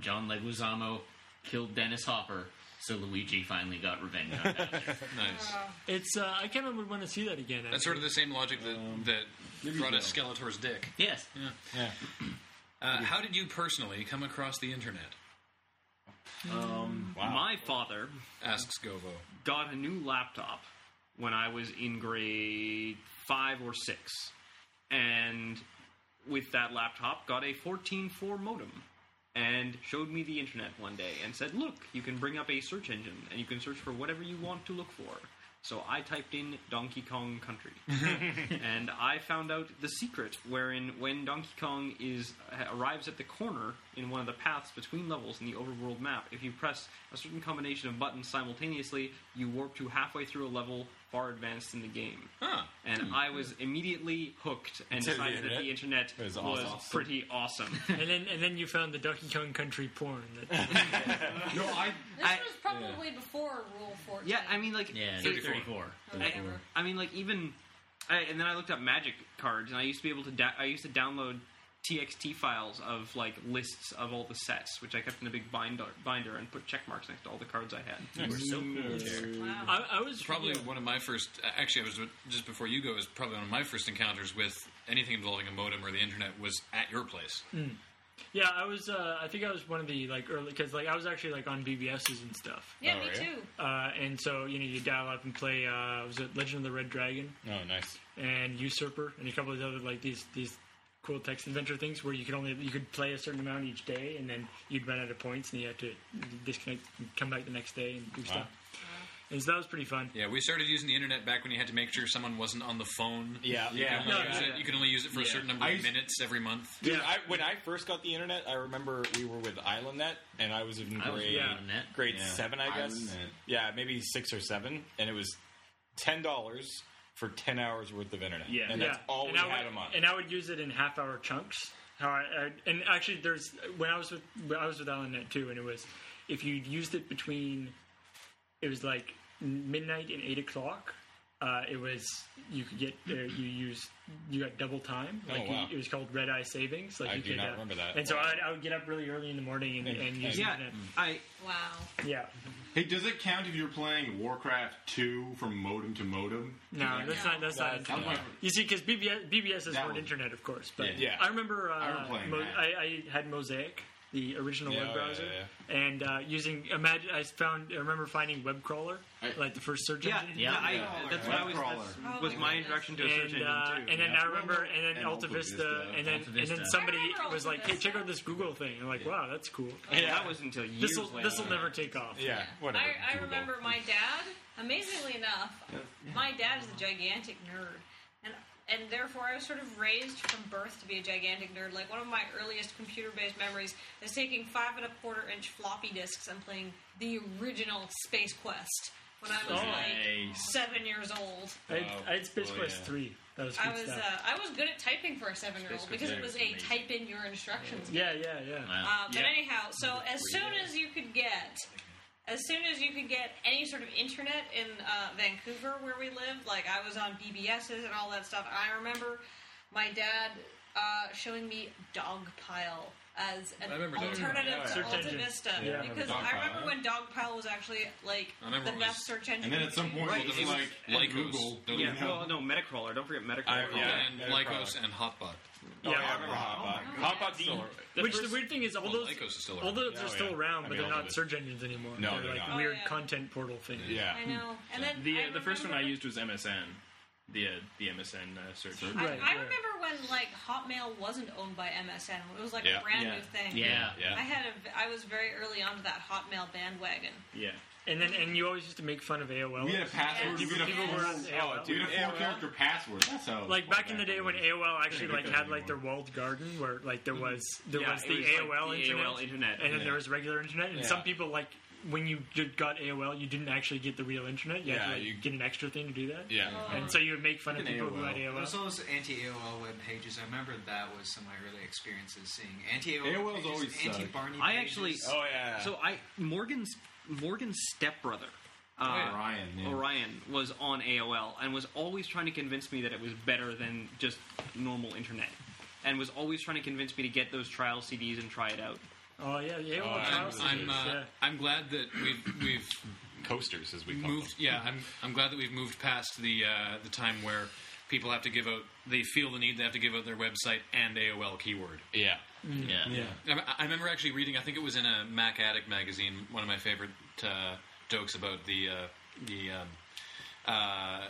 [SPEAKER 3] John Leguizamo killed Dennis Hopper, so Luigi finally got revenge on that.
[SPEAKER 2] Nice.
[SPEAKER 1] It's. Uh, I kind of would want to see that Um, again.
[SPEAKER 2] That's sort of the same logic that that brought
[SPEAKER 6] so.
[SPEAKER 2] us Skeletor's dick.
[SPEAKER 3] yes.
[SPEAKER 2] Uh, how did you personally come across the internet?
[SPEAKER 3] um,
[SPEAKER 4] My father
[SPEAKER 2] Asks Govo.
[SPEAKER 4] got a new laptop when I was in grade five or six, and with that laptop, got a 14.4 modem. And showed me the internet one day and said, Look, you can bring up a search engine and you can search for whatever you want to look for. So I typed in Donkey Kong Country. and I found out the secret wherein when Donkey Kong is arrives at the corner in one of the paths between levels in the overworld map, if you press a certain combination of buttons simultaneously, you warp to halfway through a level far advanced in the game.
[SPEAKER 2] Huh.
[SPEAKER 4] And I was immediately hooked and
[SPEAKER 5] To the
[SPEAKER 4] decided that the internet
[SPEAKER 5] It was
[SPEAKER 4] was,
[SPEAKER 5] awesome.
[SPEAKER 4] pretty awesome.
[SPEAKER 1] And then, and then you found the Donkey Kong Country porn. That,
[SPEAKER 6] no, I
[SPEAKER 7] This
[SPEAKER 4] I-
[SPEAKER 7] was probably before Rule 14.
[SPEAKER 4] yeah, I mean, like,
[SPEAKER 3] Yeah,
[SPEAKER 4] it-
[SPEAKER 3] 34.
[SPEAKER 7] or whatever.
[SPEAKER 4] I mean, like even, I, and then I looked up magic cards, and I used to be able to. Da- I used to download TXT files of like lists of all the sets, which I kept in a big binder, binder and put check marks next to all the cards I had.
[SPEAKER 7] Wow.
[SPEAKER 1] I, I was
[SPEAKER 2] Probably one of my first. Actually, I was just before you go. Is probably one of my first encounters with anything involving a modem or the internet was at your place.
[SPEAKER 1] Hmm. Yeah, I was. Uh, I think I was one of the like early because like I was actually like on BBSs and stuff.
[SPEAKER 7] Yeah,
[SPEAKER 5] Oh,
[SPEAKER 7] me
[SPEAKER 5] yeah?
[SPEAKER 7] too.
[SPEAKER 1] Uh, and so you know you dial up and play. Uh, was it Legend of the Red Dragon
[SPEAKER 5] Oh, nice.
[SPEAKER 1] and Usurper and a couple of the other like these these cool text adventure things where you could only you could play a certain amount each day and then you'd run out of points and you had to disconnect and come back the next day and do stuff. And so that was pretty fun.
[SPEAKER 2] Yeah, we started using the internet back when you had to make sure someone wasn't on the phone.
[SPEAKER 5] Yeah,
[SPEAKER 2] You
[SPEAKER 5] yeah.
[SPEAKER 2] could only use it- you could only use it for a
[SPEAKER 5] Yeah.
[SPEAKER 2] certain number
[SPEAKER 5] I
[SPEAKER 2] of
[SPEAKER 5] used-
[SPEAKER 2] minutes every month.
[SPEAKER 5] Dude, I, when I first got the internet, I remember we were with IslandNet, and I was in
[SPEAKER 3] I was
[SPEAKER 5] grade
[SPEAKER 3] reading it.
[SPEAKER 5] grade
[SPEAKER 6] Yeah.
[SPEAKER 5] seven, I guess.
[SPEAKER 6] IslandNet.
[SPEAKER 5] Yeah, maybe six or seven, and it was ten dollars for ten hours worth of internet.
[SPEAKER 8] Yeah.
[SPEAKER 5] and that's
[SPEAKER 1] yeah.
[SPEAKER 5] all
[SPEAKER 1] and
[SPEAKER 5] we
[SPEAKER 1] I would,
[SPEAKER 5] had a month.
[SPEAKER 1] And I would use it in half hour chunks. How I, I and actually there's when I was with when I was with AlanNet too, and it was if you used it between it was like midnight and eight o'clock. Uh, it was you could get uh, you used you got double time. Like you-
[SPEAKER 5] Oh, wow.
[SPEAKER 1] it was called red eye savings. Like
[SPEAKER 5] I
[SPEAKER 1] you
[SPEAKER 5] do
[SPEAKER 1] could,
[SPEAKER 5] not
[SPEAKER 1] uh,
[SPEAKER 5] remember that.
[SPEAKER 1] And so I, I would get up really early in the morning and,
[SPEAKER 5] And-
[SPEAKER 1] and use
[SPEAKER 6] and-
[SPEAKER 1] yeah.
[SPEAKER 6] Yeah.
[SPEAKER 1] internet.
[SPEAKER 4] I
[SPEAKER 7] Wow.
[SPEAKER 1] Yeah,
[SPEAKER 6] Hey, does it count if you're playing Warcraft 2 from modem to modem?
[SPEAKER 1] no, that's not that's not.
[SPEAKER 5] That's-
[SPEAKER 1] internet. You see, because BBS, BBS is
[SPEAKER 6] That
[SPEAKER 1] for
[SPEAKER 6] was-
[SPEAKER 1] internet, of course. But
[SPEAKER 5] Yeah. Yeah.
[SPEAKER 1] I remember, uh, I,
[SPEAKER 6] remember playing that.
[SPEAKER 1] I, I had Mosaic, the original
[SPEAKER 5] Yeah,
[SPEAKER 1] web
[SPEAKER 5] yeah,
[SPEAKER 1] browser,
[SPEAKER 5] yeah,
[SPEAKER 1] and uh, using imagine. I found. I remember finding web crawler,
[SPEAKER 6] I-
[SPEAKER 1] like the first search
[SPEAKER 4] yeah,
[SPEAKER 1] engine.
[SPEAKER 4] yeah. I, that's what I was.
[SPEAKER 6] Nightcrawler.
[SPEAKER 7] Oh,
[SPEAKER 4] That's, was my introduction to a search
[SPEAKER 1] And,
[SPEAKER 4] engine
[SPEAKER 1] uh,
[SPEAKER 4] too.
[SPEAKER 1] and then
[SPEAKER 4] yeah.
[SPEAKER 1] I remember, and then
[SPEAKER 6] And
[SPEAKER 1] Alta
[SPEAKER 6] Alta Vista.
[SPEAKER 1] Vista, and then
[SPEAKER 3] Alta
[SPEAKER 1] and
[SPEAKER 3] Vista.
[SPEAKER 1] then somebody
[SPEAKER 7] I remember
[SPEAKER 1] was
[SPEAKER 7] Alta
[SPEAKER 1] like, "Hey,
[SPEAKER 7] Vista.
[SPEAKER 1] check out this Google thing." I'm like, "Wow, that's cool.
[SPEAKER 4] yeah. that was until years
[SPEAKER 1] This will
[SPEAKER 4] later.
[SPEAKER 1] this will never take off."
[SPEAKER 5] yeah, whatever.
[SPEAKER 7] I, I
[SPEAKER 5] Google.
[SPEAKER 7] remember my dad. Amazingly enough, my dad is a gigantic nerd, and and therefore I was sort of raised from birth to be a gigantic nerd. Like one of my earliest computer-based memories is taking five and a quarter inch floppy disks and playing the original Space Quest when I was like
[SPEAKER 8] Nice.
[SPEAKER 7] seven years old.
[SPEAKER 1] I, had, I had Space
[SPEAKER 5] Oh,
[SPEAKER 1] Quest
[SPEAKER 5] yeah.
[SPEAKER 1] three. That was good
[SPEAKER 7] I was uh,
[SPEAKER 1] stuff.
[SPEAKER 7] I was good at typing for a seven year old because it was a type in your instructions.
[SPEAKER 1] yeah, yeah, yeah.
[SPEAKER 7] Uh, but
[SPEAKER 4] Yeah.
[SPEAKER 7] anyhow, so as soon as you could get, as soon as you could get any sort of internet in uh, Vancouver where we lived, like I was on BBSs and all that stuff. I remember my dad uh, showing me Dogpile as an
[SPEAKER 3] I remember Dogpile.
[SPEAKER 7] alternative
[SPEAKER 5] Yeah,
[SPEAKER 7] to
[SPEAKER 1] yeah. Search
[SPEAKER 7] Alta
[SPEAKER 1] engine.
[SPEAKER 7] Vista
[SPEAKER 1] Yeah, I remember
[SPEAKER 7] because I
[SPEAKER 6] Dogpile,
[SPEAKER 7] remember
[SPEAKER 6] yeah.
[SPEAKER 7] when Dogpile was actually like
[SPEAKER 2] I remember
[SPEAKER 7] the
[SPEAKER 2] it was-
[SPEAKER 7] best search engine.
[SPEAKER 6] And then at some point,
[SPEAKER 7] Right.
[SPEAKER 6] it was
[SPEAKER 2] It was
[SPEAKER 6] like,
[SPEAKER 2] Lycos.
[SPEAKER 6] like Google.
[SPEAKER 2] There was
[SPEAKER 4] Yeah.
[SPEAKER 6] no-
[SPEAKER 4] Well, no, Metacrawler. Don't forget Metacrawler.
[SPEAKER 5] I- yeah.
[SPEAKER 2] And
[SPEAKER 5] Yeah,
[SPEAKER 2] Lycos
[SPEAKER 5] probably.
[SPEAKER 2] and Hotbot.
[SPEAKER 1] Yeah.
[SPEAKER 5] Oh, I remember Hotbot. Hotbot's still around.
[SPEAKER 1] Which the weird thing is, all
[SPEAKER 2] Well,
[SPEAKER 1] those
[SPEAKER 2] Lycos is still
[SPEAKER 1] all
[SPEAKER 2] around.
[SPEAKER 1] those
[SPEAKER 5] Yeah,
[SPEAKER 1] are
[SPEAKER 5] oh,
[SPEAKER 1] still
[SPEAKER 5] yeah.
[SPEAKER 1] around,
[SPEAKER 5] I
[SPEAKER 1] but
[SPEAKER 5] mean,
[SPEAKER 1] they're
[SPEAKER 5] all
[SPEAKER 1] not
[SPEAKER 5] of it.
[SPEAKER 1] search engines anymore.
[SPEAKER 5] No,
[SPEAKER 1] they're,
[SPEAKER 5] they're
[SPEAKER 1] like
[SPEAKER 5] not.
[SPEAKER 1] weird
[SPEAKER 7] Oh, yeah.
[SPEAKER 1] content portal things.
[SPEAKER 5] Yeah.
[SPEAKER 7] I know. And then
[SPEAKER 8] The,
[SPEAKER 7] I
[SPEAKER 8] uh, the first one I
[SPEAKER 7] remember-
[SPEAKER 8] used was MSN, the uh, the MSN uh, search.
[SPEAKER 7] I,
[SPEAKER 1] Right,
[SPEAKER 7] I
[SPEAKER 1] yeah.
[SPEAKER 7] remember when like Hotmail wasn't owned by MSN. It was like
[SPEAKER 5] Yeah.
[SPEAKER 7] a brand
[SPEAKER 8] Yeah.
[SPEAKER 7] new thing.
[SPEAKER 3] Yeah.
[SPEAKER 5] Yeah.
[SPEAKER 7] I had a, I was very early onto that Hotmail bandwagon.
[SPEAKER 8] Yeah,
[SPEAKER 1] And then and you always used to make fun of AOL.
[SPEAKER 6] We had a password.
[SPEAKER 7] Yeah.
[SPEAKER 6] We had a
[SPEAKER 1] People were on
[SPEAKER 6] four-
[SPEAKER 5] Oh,
[SPEAKER 1] AOL.
[SPEAKER 6] we had a four character password. That's how. it was
[SPEAKER 1] like
[SPEAKER 6] called
[SPEAKER 1] back in the day when
[SPEAKER 6] then.
[SPEAKER 1] AOL actually
[SPEAKER 6] Yeah,
[SPEAKER 1] like had like their walled garden where like there was there
[SPEAKER 4] Yeah,
[SPEAKER 1] was
[SPEAKER 4] it
[SPEAKER 1] the
[SPEAKER 4] was, like,
[SPEAKER 1] AOL
[SPEAKER 4] the
[SPEAKER 1] internet,
[SPEAKER 4] AOL internet.
[SPEAKER 1] and then there
[SPEAKER 5] Yeah.
[SPEAKER 1] was regular internet. And
[SPEAKER 5] Yeah.
[SPEAKER 1] some people like when you did, got AOL, you didn't actually get the real internet. You had
[SPEAKER 5] Yeah,
[SPEAKER 1] to like,
[SPEAKER 5] you-
[SPEAKER 1] get an extra thing to do that.
[SPEAKER 5] Yeah.
[SPEAKER 1] And so you would make fun of
[SPEAKER 6] Even
[SPEAKER 1] people who had
[SPEAKER 6] AOL.
[SPEAKER 9] There's
[SPEAKER 1] AOL.
[SPEAKER 9] all those anti AOL web pages. I remember that was some of my early experiences seeing anti
[SPEAKER 6] AOL
[SPEAKER 9] AOL
[SPEAKER 6] 's
[SPEAKER 9] pages,
[SPEAKER 6] always sucked.
[SPEAKER 9] anti Barney.
[SPEAKER 4] I actually-
[SPEAKER 5] Oh yeah.
[SPEAKER 4] So I Morgan's Morgan's stepbrother.
[SPEAKER 5] Oh,
[SPEAKER 4] Uh,
[SPEAKER 6] Orion, yeah.
[SPEAKER 4] Orion was on AOL and was always trying to convince me that it was better than just normal internet, and was always trying to convince me to get those trial CDs and try it out.
[SPEAKER 1] Oh yeah, the AOL.
[SPEAKER 5] Oh, I
[SPEAKER 1] trial
[SPEAKER 5] remember
[SPEAKER 2] I'm,
[SPEAKER 5] those
[SPEAKER 1] systems,
[SPEAKER 2] I'm, uh,
[SPEAKER 1] yeah.
[SPEAKER 2] I'm glad that we've we've
[SPEAKER 5] coasters as we call
[SPEAKER 2] moved. Yeah, I'm I'm glad that we've moved past the uh, the time where people have to give out. They feel the need. They have to give out their website and AOL keyword.
[SPEAKER 5] them. Yeah.
[SPEAKER 3] Yeah. Mm. yeah.
[SPEAKER 2] I, I remember actually reading. I think it was in a Mac Addict magazine. One of my favorite uh, jokes about the uh, the um, uh,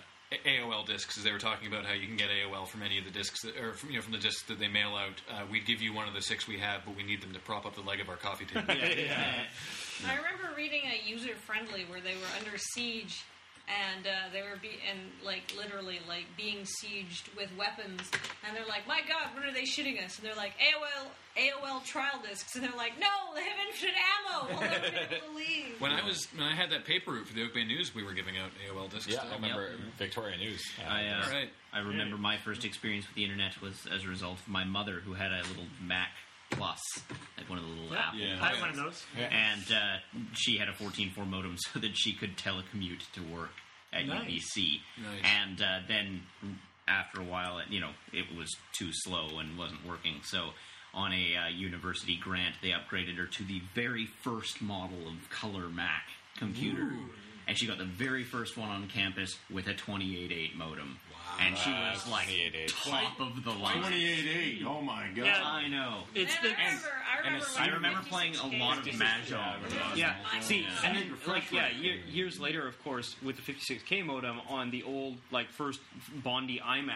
[SPEAKER 2] A- AOL discs is they were talking about how you can get AOL from any of the discs that, or from, you know from the discs that they mail out. Uh, we'd give you one of the six we have, but we need them to prop up the leg of our coffee table.
[SPEAKER 7] I remember reading a user friendly where they were under siege, and uh, they were be- and like literally like being sieged with weapons, and they're like, "My God, what are they shooting us?" And they're like, "AOL AOL trial discs," and they're like, "No, they have infinite ammo. We'll never be able to leave."
[SPEAKER 2] When I was when I had that paper route for the Oak Bay News, we were giving out AOL discs.
[SPEAKER 5] Yeah,
[SPEAKER 2] to
[SPEAKER 5] I
[SPEAKER 2] all my-
[SPEAKER 5] remember Victoria News.
[SPEAKER 3] I, uh,
[SPEAKER 2] All right.
[SPEAKER 3] I remember my first experience with the internet was as a result of my mother, who had a little Mac Plus, like one of the little
[SPEAKER 1] Yeah.
[SPEAKER 3] Apple.
[SPEAKER 1] I had one of those.
[SPEAKER 3] And uh, she had a 14.4 modem so that she could telecommute to work at
[SPEAKER 1] Nice.
[SPEAKER 3] UBC.
[SPEAKER 2] Nice.
[SPEAKER 3] And uh, then after a while, it, you know, it was too slow and wasn't working. So on a uh, university grant, they upgraded her to the very first model of color Mac computer. And she got the very first one on campus with a 28.8 modem. Wow. And she
[SPEAKER 5] Uh,
[SPEAKER 3] was like
[SPEAKER 5] 28.8.
[SPEAKER 3] top of the line.
[SPEAKER 6] 28 8. Oh my god.
[SPEAKER 1] Yeah.
[SPEAKER 3] I know.
[SPEAKER 1] It's
[SPEAKER 7] And
[SPEAKER 1] the,
[SPEAKER 7] I remember, I remember,
[SPEAKER 3] I
[SPEAKER 7] like,
[SPEAKER 3] remember playing a lot of
[SPEAKER 7] 56K.
[SPEAKER 3] Mahjong.
[SPEAKER 4] Yeah. See,
[SPEAKER 3] Yeah.
[SPEAKER 4] and then like yeah, year, years later, of course, with the 56k modem on the old like first Bondi iMac,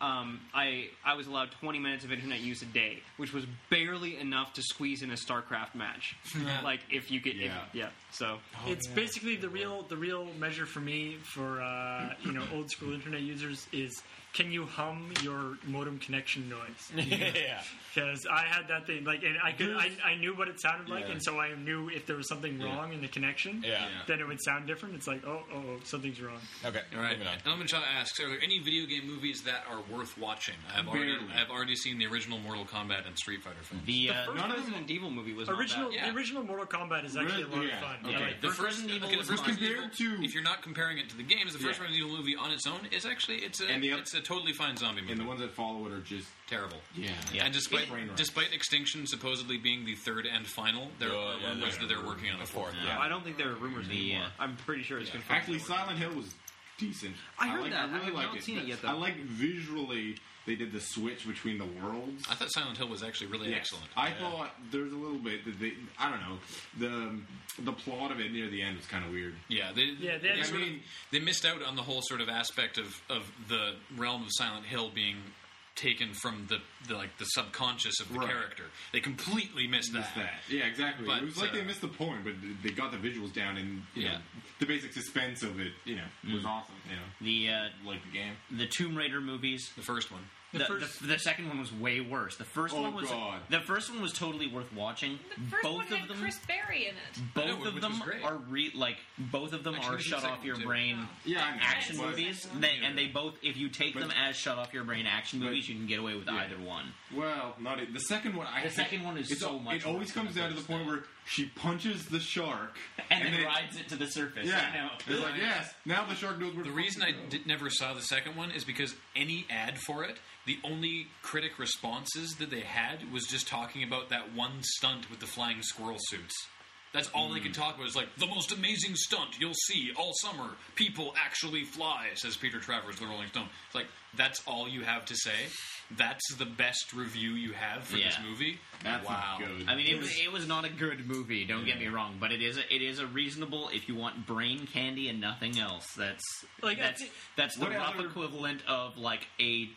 [SPEAKER 4] um, I I was allowed 20 minutes of internet use a day, which was barely enough to squeeze in a StarCraft match. like if you could, yeah,
[SPEAKER 6] Yeah.
[SPEAKER 4] yeah. So
[SPEAKER 1] it's basically the real the real measure for me for uh, you know old school internet users is can you hum your modem connection noise
[SPEAKER 5] yeah.
[SPEAKER 1] because I had that thing like and I could I, I knew what it sounded like
[SPEAKER 6] Yeah.
[SPEAKER 1] and so I knew if there was something wrong in the connection
[SPEAKER 5] Yeah.
[SPEAKER 1] then it would sound different it's like oh oh, oh something's wrong
[SPEAKER 5] Okay.
[SPEAKER 2] All right.
[SPEAKER 5] Moving on.
[SPEAKER 2] Elman Shah asks: Are there any video game movies that are worth watching? I've already,
[SPEAKER 6] Barely.
[SPEAKER 2] I've already seen the original Mortal Kombat and Street Fighter films.
[SPEAKER 3] The, uh,
[SPEAKER 4] none of Resident Evil movie was not
[SPEAKER 1] original
[SPEAKER 4] bad.
[SPEAKER 2] yeah.
[SPEAKER 1] the original Mortal Kombat is actually a lot
[SPEAKER 6] Yeah,
[SPEAKER 1] of fun
[SPEAKER 6] okay.
[SPEAKER 1] yeah, like,
[SPEAKER 2] The
[SPEAKER 3] First
[SPEAKER 2] first,
[SPEAKER 3] Resident Evil
[SPEAKER 2] okay, the
[SPEAKER 3] was
[SPEAKER 2] first
[SPEAKER 3] fine.
[SPEAKER 2] Resident
[SPEAKER 6] Compared
[SPEAKER 2] Evil,
[SPEAKER 6] to-
[SPEAKER 2] if you're not comparing it to the games, the first
[SPEAKER 6] Yeah.
[SPEAKER 2] Resident Evil movie on its own is actually it's a
[SPEAKER 6] And the oth-
[SPEAKER 2] it's a totally fine zombie movie.
[SPEAKER 6] And the ones that follow it are just
[SPEAKER 2] Terrible.
[SPEAKER 6] yeah.
[SPEAKER 3] Yeah.
[SPEAKER 2] And despite
[SPEAKER 6] Brain rot.
[SPEAKER 2] despite Extinction supposedly being the third and final, there
[SPEAKER 5] Yeah,
[SPEAKER 2] are
[SPEAKER 5] yeah,
[SPEAKER 2] rumors
[SPEAKER 5] yeah.
[SPEAKER 2] that they're working on a fourth.
[SPEAKER 5] Yeah.
[SPEAKER 4] I don't think there are rumors
[SPEAKER 3] The,
[SPEAKER 4] anymore.
[SPEAKER 3] uh,
[SPEAKER 4] I'm pretty sure it's confirmed.
[SPEAKER 6] Actually,
[SPEAKER 4] that we're-
[SPEAKER 6] Silent Hill was decent.
[SPEAKER 4] I heard that.
[SPEAKER 6] I
[SPEAKER 4] I
[SPEAKER 6] really
[SPEAKER 4] have
[SPEAKER 6] liked
[SPEAKER 4] not
[SPEAKER 6] it.
[SPEAKER 4] seen it yet, though.
[SPEAKER 6] I like visually they did the switch between the worlds.
[SPEAKER 2] I thought Silent Hill was actually really
[SPEAKER 6] Yes.
[SPEAKER 2] excellent.
[SPEAKER 6] I thought there's a little bit that they, I don't know, the the plot of it near the end was kind of weird.
[SPEAKER 2] Yeah, they,
[SPEAKER 1] Yeah, they
[SPEAKER 2] they,
[SPEAKER 1] had
[SPEAKER 2] sort of-
[SPEAKER 6] mean-
[SPEAKER 2] they missed out on the whole sort of aspect of, of the realm of Silent Hill being taken from the, the like the subconscious of the
[SPEAKER 6] Right.
[SPEAKER 2] character. They completely missed that.
[SPEAKER 6] Missed that. Yeah, exactly.
[SPEAKER 2] But,
[SPEAKER 6] it was like they
[SPEAKER 2] uh,
[SPEAKER 6] missed the point, but they got the visuals down, and you
[SPEAKER 2] Yeah. Mm.
[SPEAKER 6] know, the basic suspense of it, you know, was awesome. You know,
[SPEAKER 3] the uh,
[SPEAKER 6] like the game.
[SPEAKER 3] the Tomb Raider movies.
[SPEAKER 2] The first one.
[SPEAKER 3] The, the,
[SPEAKER 1] first-
[SPEAKER 3] the second one was way worse. The first
[SPEAKER 6] Oh,
[SPEAKER 3] one was
[SPEAKER 6] God.
[SPEAKER 3] the first one was totally worth watching.
[SPEAKER 7] The first
[SPEAKER 3] both
[SPEAKER 7] one had
[SPEAKER 3] of them,
[SPEAKER 7] Chris Berry in it.
[SPEAKER 3] both
[SPEAKER 2] I know,
[SPEAKER 3] of
[SPEAKER 2] which was
[SPEAKER 3] them
[SPEAKER 2] great.
[SPEAKER 3] are re- like both of them
[SPEAKER 2] Actually,
[SPEAKER 3] are
[SPEAKER 2] the
[SPEAKER 3] shut
[SPEAKER 2] second
[SPEAKER 3] off your
[SPEAKER 2] one, too.
[SPEAKER 3] brain
[SPEAKER 6] Yeah, I know.
[SPEAKER 3] action
[SPEAKER 6] But-
[SPEAKER 3] movies, they, and they both if you take
[SPEAKER 6] But-
[SPEAKER 3] them as shut off your brain action
[SPEAKER 6] but-
[SPEAKER 3] movies, you can get away with
[SPEAKER 6] yeah.
[SPEAKER 3] either one.
[SPEAKER 6] Well, not it. The second one. I
[SPEAKER 3] The second one is
[SPEAKER 6] it's
[SPEAKER 3] so
[SPEAKER 6] al-
[SPEAKER 3] much
[SPEAKER 6] It always
[SPEAKER 3] worse than
[SPEAKER 6] comes
[SPEAKER 3] the
[SPEAKER 6] down to the
[SPEAKER 3] first
[SPEAKER 6] point
[SPEAKER 3] one.
[SPEAKER 6] where she punches the shark
[SPEAKER 3] And, then rides it to the surface.
[SPEAKER 6] Yeah,
[SPEAKER 3] I know.
[SPEAKER 6] it's like yes. Now the shark knows where.
[SPEAKER 2] The
[SPEAKER 6] to
[SPEAKER 2] reason I
[SPEAKER 6] go.
[SPEAKER 2] did, never saw the second one is because any ad for it, the only critic responses that they had was just talking about that one stunt with the flying squirrel suits. That's all they could
[SPEAKER 6] Hmm.
[SPEAKER 2] talk about. It's like the most amazing stunt you'll see all summer. People actually fly, says Peter Travers, the Rolling Stone. It's like that's all you have to say. That's the best review you have for this
[SPEAKER 3] Yeah.
[SPEAKER 2] movie.
[SPEAKER 6] That's
[SPEAKER 2] wow.
[SPEAKER 6] good.
[SPEAKER 3] I mean, it was it was not a good movie. Don't get me wrong, but it is a, it is a reasonable if you want brain candy and nothing else. That's
[SPEAKER 1] Like, I
[SPEAKER 3] that's
[SPEAKER 1] thi-
[SPEAKER 3] that's the
[SPEAKER 6] What
[SPEAKER 3] rough
[SPEAKER 6] other-
[SPEAKER 3] equivalent of like a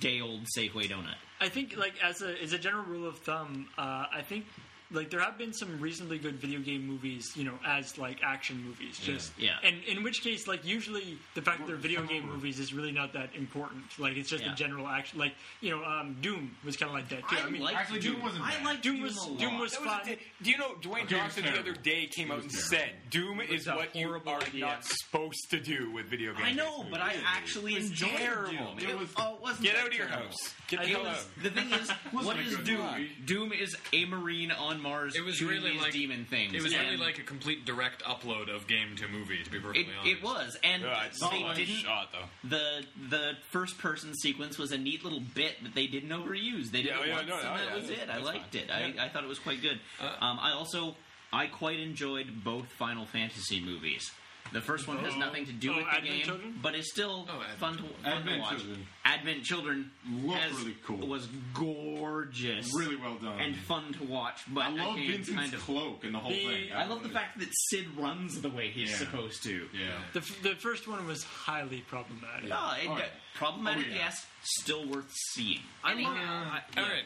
[SPEAKER 3] day old Safeway donut.
[SPEAKER 1] I think like as a as a general rule of thumb, uh, I think like there have been some reasonably good video game movies, you know, as like action movies. Just
[SPEAKER 3] Yeah.
[SPEAKER 1] And in which case, like usually the fact that they're video game movies is really not that important. Like it's just
[SPEAKER 3] Yeah.
[SPEAKER 1] a general action. Like you know, um, Doom was kind of like that too. I, mean,
[SPEAKER 3] liked
[SPEAKER 6] actually, Doom wasn't
[SPEAKER 3] I
[SPEAKER 6] bad.
[SPEAKER 3] liked
[SPEAKER 1] Doom
[SPEAKER 3] Doom
[SPEAKER 1] was-
[SPEAKER 3] a lot.
[SPEAKER 1] Doom was-
[SPEAKER 10] That was a
[SPEAKER 1] fun.
[SPEAKER 10] di- Do you know Dwayne Johnson the
[SPEAKER 6] terrible.
[SPEAKER 10] other day came out and said, "Doom is
[SPEAKER 4] a
[SPEAKER 10] what you
[SPEAKER 4] horrible
[SPEAKER 10] are
[SPEAKER 4] idea."
[SPEAKER 10] not supposed to do with video games."
[SPEAKER 3] I know, but I actually enjoyed
[SPEAKER 10] terrible.
[SPEAKER 3] Doom.
[SPEAKER 6] It was-
[SPEAKER 3] oh, it wasn't
[SPEAKER 10] Get
[SPEAKER 3] that
[SPEAKER 10] out of your
[SPEAKER 3] terrible.
[SPEAKER 10] house. Get the
[SPEAKER 1] I
[SPEAKER 10] hell
[SPEAKER 1] think it
[SPEAKER 10] out.
[SPEAKER 1] was-
[SPEAKER 3] The thing is, what
[SPEAKER 6] a
[SPEAKER 3] is
[SPEAKER 6] good
[SPEAKER 3] Doom?
[SPEAKER 6] movie.
[SPEAKER 3] Doom is a marine on Mars.
[SPEAKER 2] It was
[SPEAKER 3] doing
[SPEAKER 2] really
[SPEAKER 3] these
[SPEAKER 2] like
[SPEAKER 3] demon things.
[SPEAKER 2] It was really
[SPEAKER 3] and
[SPEAKER 2] like a complete direct upload of game to movie. To be perfectly
[SPEAKER 3] It,
[SPEAKER 2] honest,
[SPEAKER 3] it was, and
[SPEAKER 5] Yeah, it's
[SPEAKER 3] they
[SPEAKER 5] not
[SPEAKER 3] didn't.
[SPEAKER 5] shot though.
[SPEAKER 3] The the first person sequence was a neat little bit that they didn't overuse. They did
[SPEAKER 10] Yeah,
[SPEAKER 3] it
[SPEAKER 10] yeah,
[SPEAKER 3] once,
[SPEAKER 10] no,
[SPEAKER 3] and
[SPEAKER 10] no,
[SPEAKER 3] that
[SPEAKER 10] yeah,
[SPEAKER 3] was
[SPEAKER 10] that's-
[SPEAKER 3] it. I
[SPEAKER 10] that's
[SPEAKER 3] liked
[SPEAKER 10] fine.
[SPEAKER 3] it. I, I thought it was quite good. um, I also I quite enjoyed both Final Fantasy movies. The first one has nothing to do
[SPEAKER 1] oh,
[SPEAKER 3] with the
[SPEAKER 1] Advent
[SPEAKER 3] game,
[SPEAKER 1] Children?
[SPEAKER 3] but it's still
[SPEAKER 2] Oh, Advent
[SPEAKER 3] fun to, fun
[SPEAKER 2] Children.
[SPEAKER 3] to
[SPEAKER 6] Advent
[SPEAKER 3] watch.
[SPEAKER 6] Children.
[SPEAKER 3] Advent Children
[SPEAKER 6] Looked
[SPEAKER 3] has-
[SPEAKER 6] really cool.
[SPEAKER 3] was gorgeous,
[SPEAKER 6] Really well done.
[SPEAKER 3] and fun to watch. But
[SPEAKER 6] I love
[SPEAKER 3] again,
[SPEAKER 6] Vincent's
[SPEAKER 3] kind of,
[SPEAKER 6] cloak and the whole
[SPEAKER 1] The-
[SPEAKER 6] thing.
[SPEAKER 3] I love the fact that Sid runs the way he's
[SPEAKER 6] Yeah.
[SPEAKER 3] supposed to.
[SPEAKER 6] Yeah.
[SPEAKER 1] the, f- the first one was highly problematic.
[SPEAKER 3] No, it,
[SPEAKER 6] Oh, yeah.
[SPEAKER 3] problematic,
[SPEAKER 6] Oh, yeah.
[SPEAKER 3] yes, still worth seeing.
[SPEAKER 4] I love. I-
[SPEAKER 2] All right.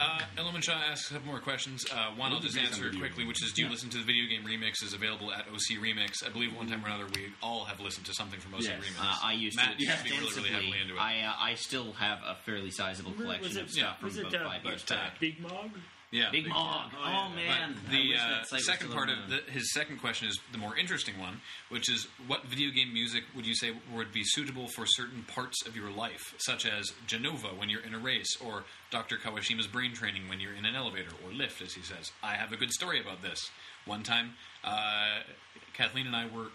[SPEAKER 2] Uh, Elman Shaw asks a couple more questions. Uh, one I'll just
[SPEAKER 6] do some
[SPEAKER 2] answer
[SPEAKER 6] video
[SPEAKER 2] quickly, which is: Do you listen to the video game remixes available at OC Remix? I believe one time or another we all have listened to something from OC
[SPEAKER 6] Yes.
[SPEAKER 2] Remix.
[SPEAKER 3] Uh, I used
[SPEAKER 2] Matt
[SPEAKER 3] to
[SPEAKER 2] used to be really, really
[SPEAKER 3] extensively.
[SPEAKER 2] heavily into it.
[SPEAKER 3] I uh, I still have a fairly sizable
[SPEAKER 1] Where
[SPEAKER 3] collection
[SPEAKER 1] was it?
[SPEAKER 3] of stuff
[SPEAKER 1] was
[SPEAKER 3] from
[SPEAKER 1] it
[SPEAKER 3] about
[SPEAKER 1] uh,
[SPEAKER 3] five years
[SPEAKER 2] but, uh,
[SPEAKER 3] back.
[SPEAKER 1] Big Mog?
[SPEAKER 2] yeah,
[SPEAKER 3] Big
[SPEAKER 2] big-
[SPEAKER 3] Mog. Oh,
[SPEAKER 2] But
[SPEAKER 3] man, I
[SPEAKER 2] the
[SPEAKER 3] wish
[SPEAKER 2] uh,
[SPEAKER 3] that site was
[SPEAKER 2] second
[SPEAKER 3] still
[SPEAKER 2] part of
[SPEAKER 3] around.
[SPEAKER 2] the, his second question is the more interesting one, which is what video game music would you say would be suitable for certain parts of your life, such as Genova when you're in a race, or Dr. Kawashima's brain training when you're in an elevator or lift, as he says. I have a good story about this. One time, uh, Kathleen and I were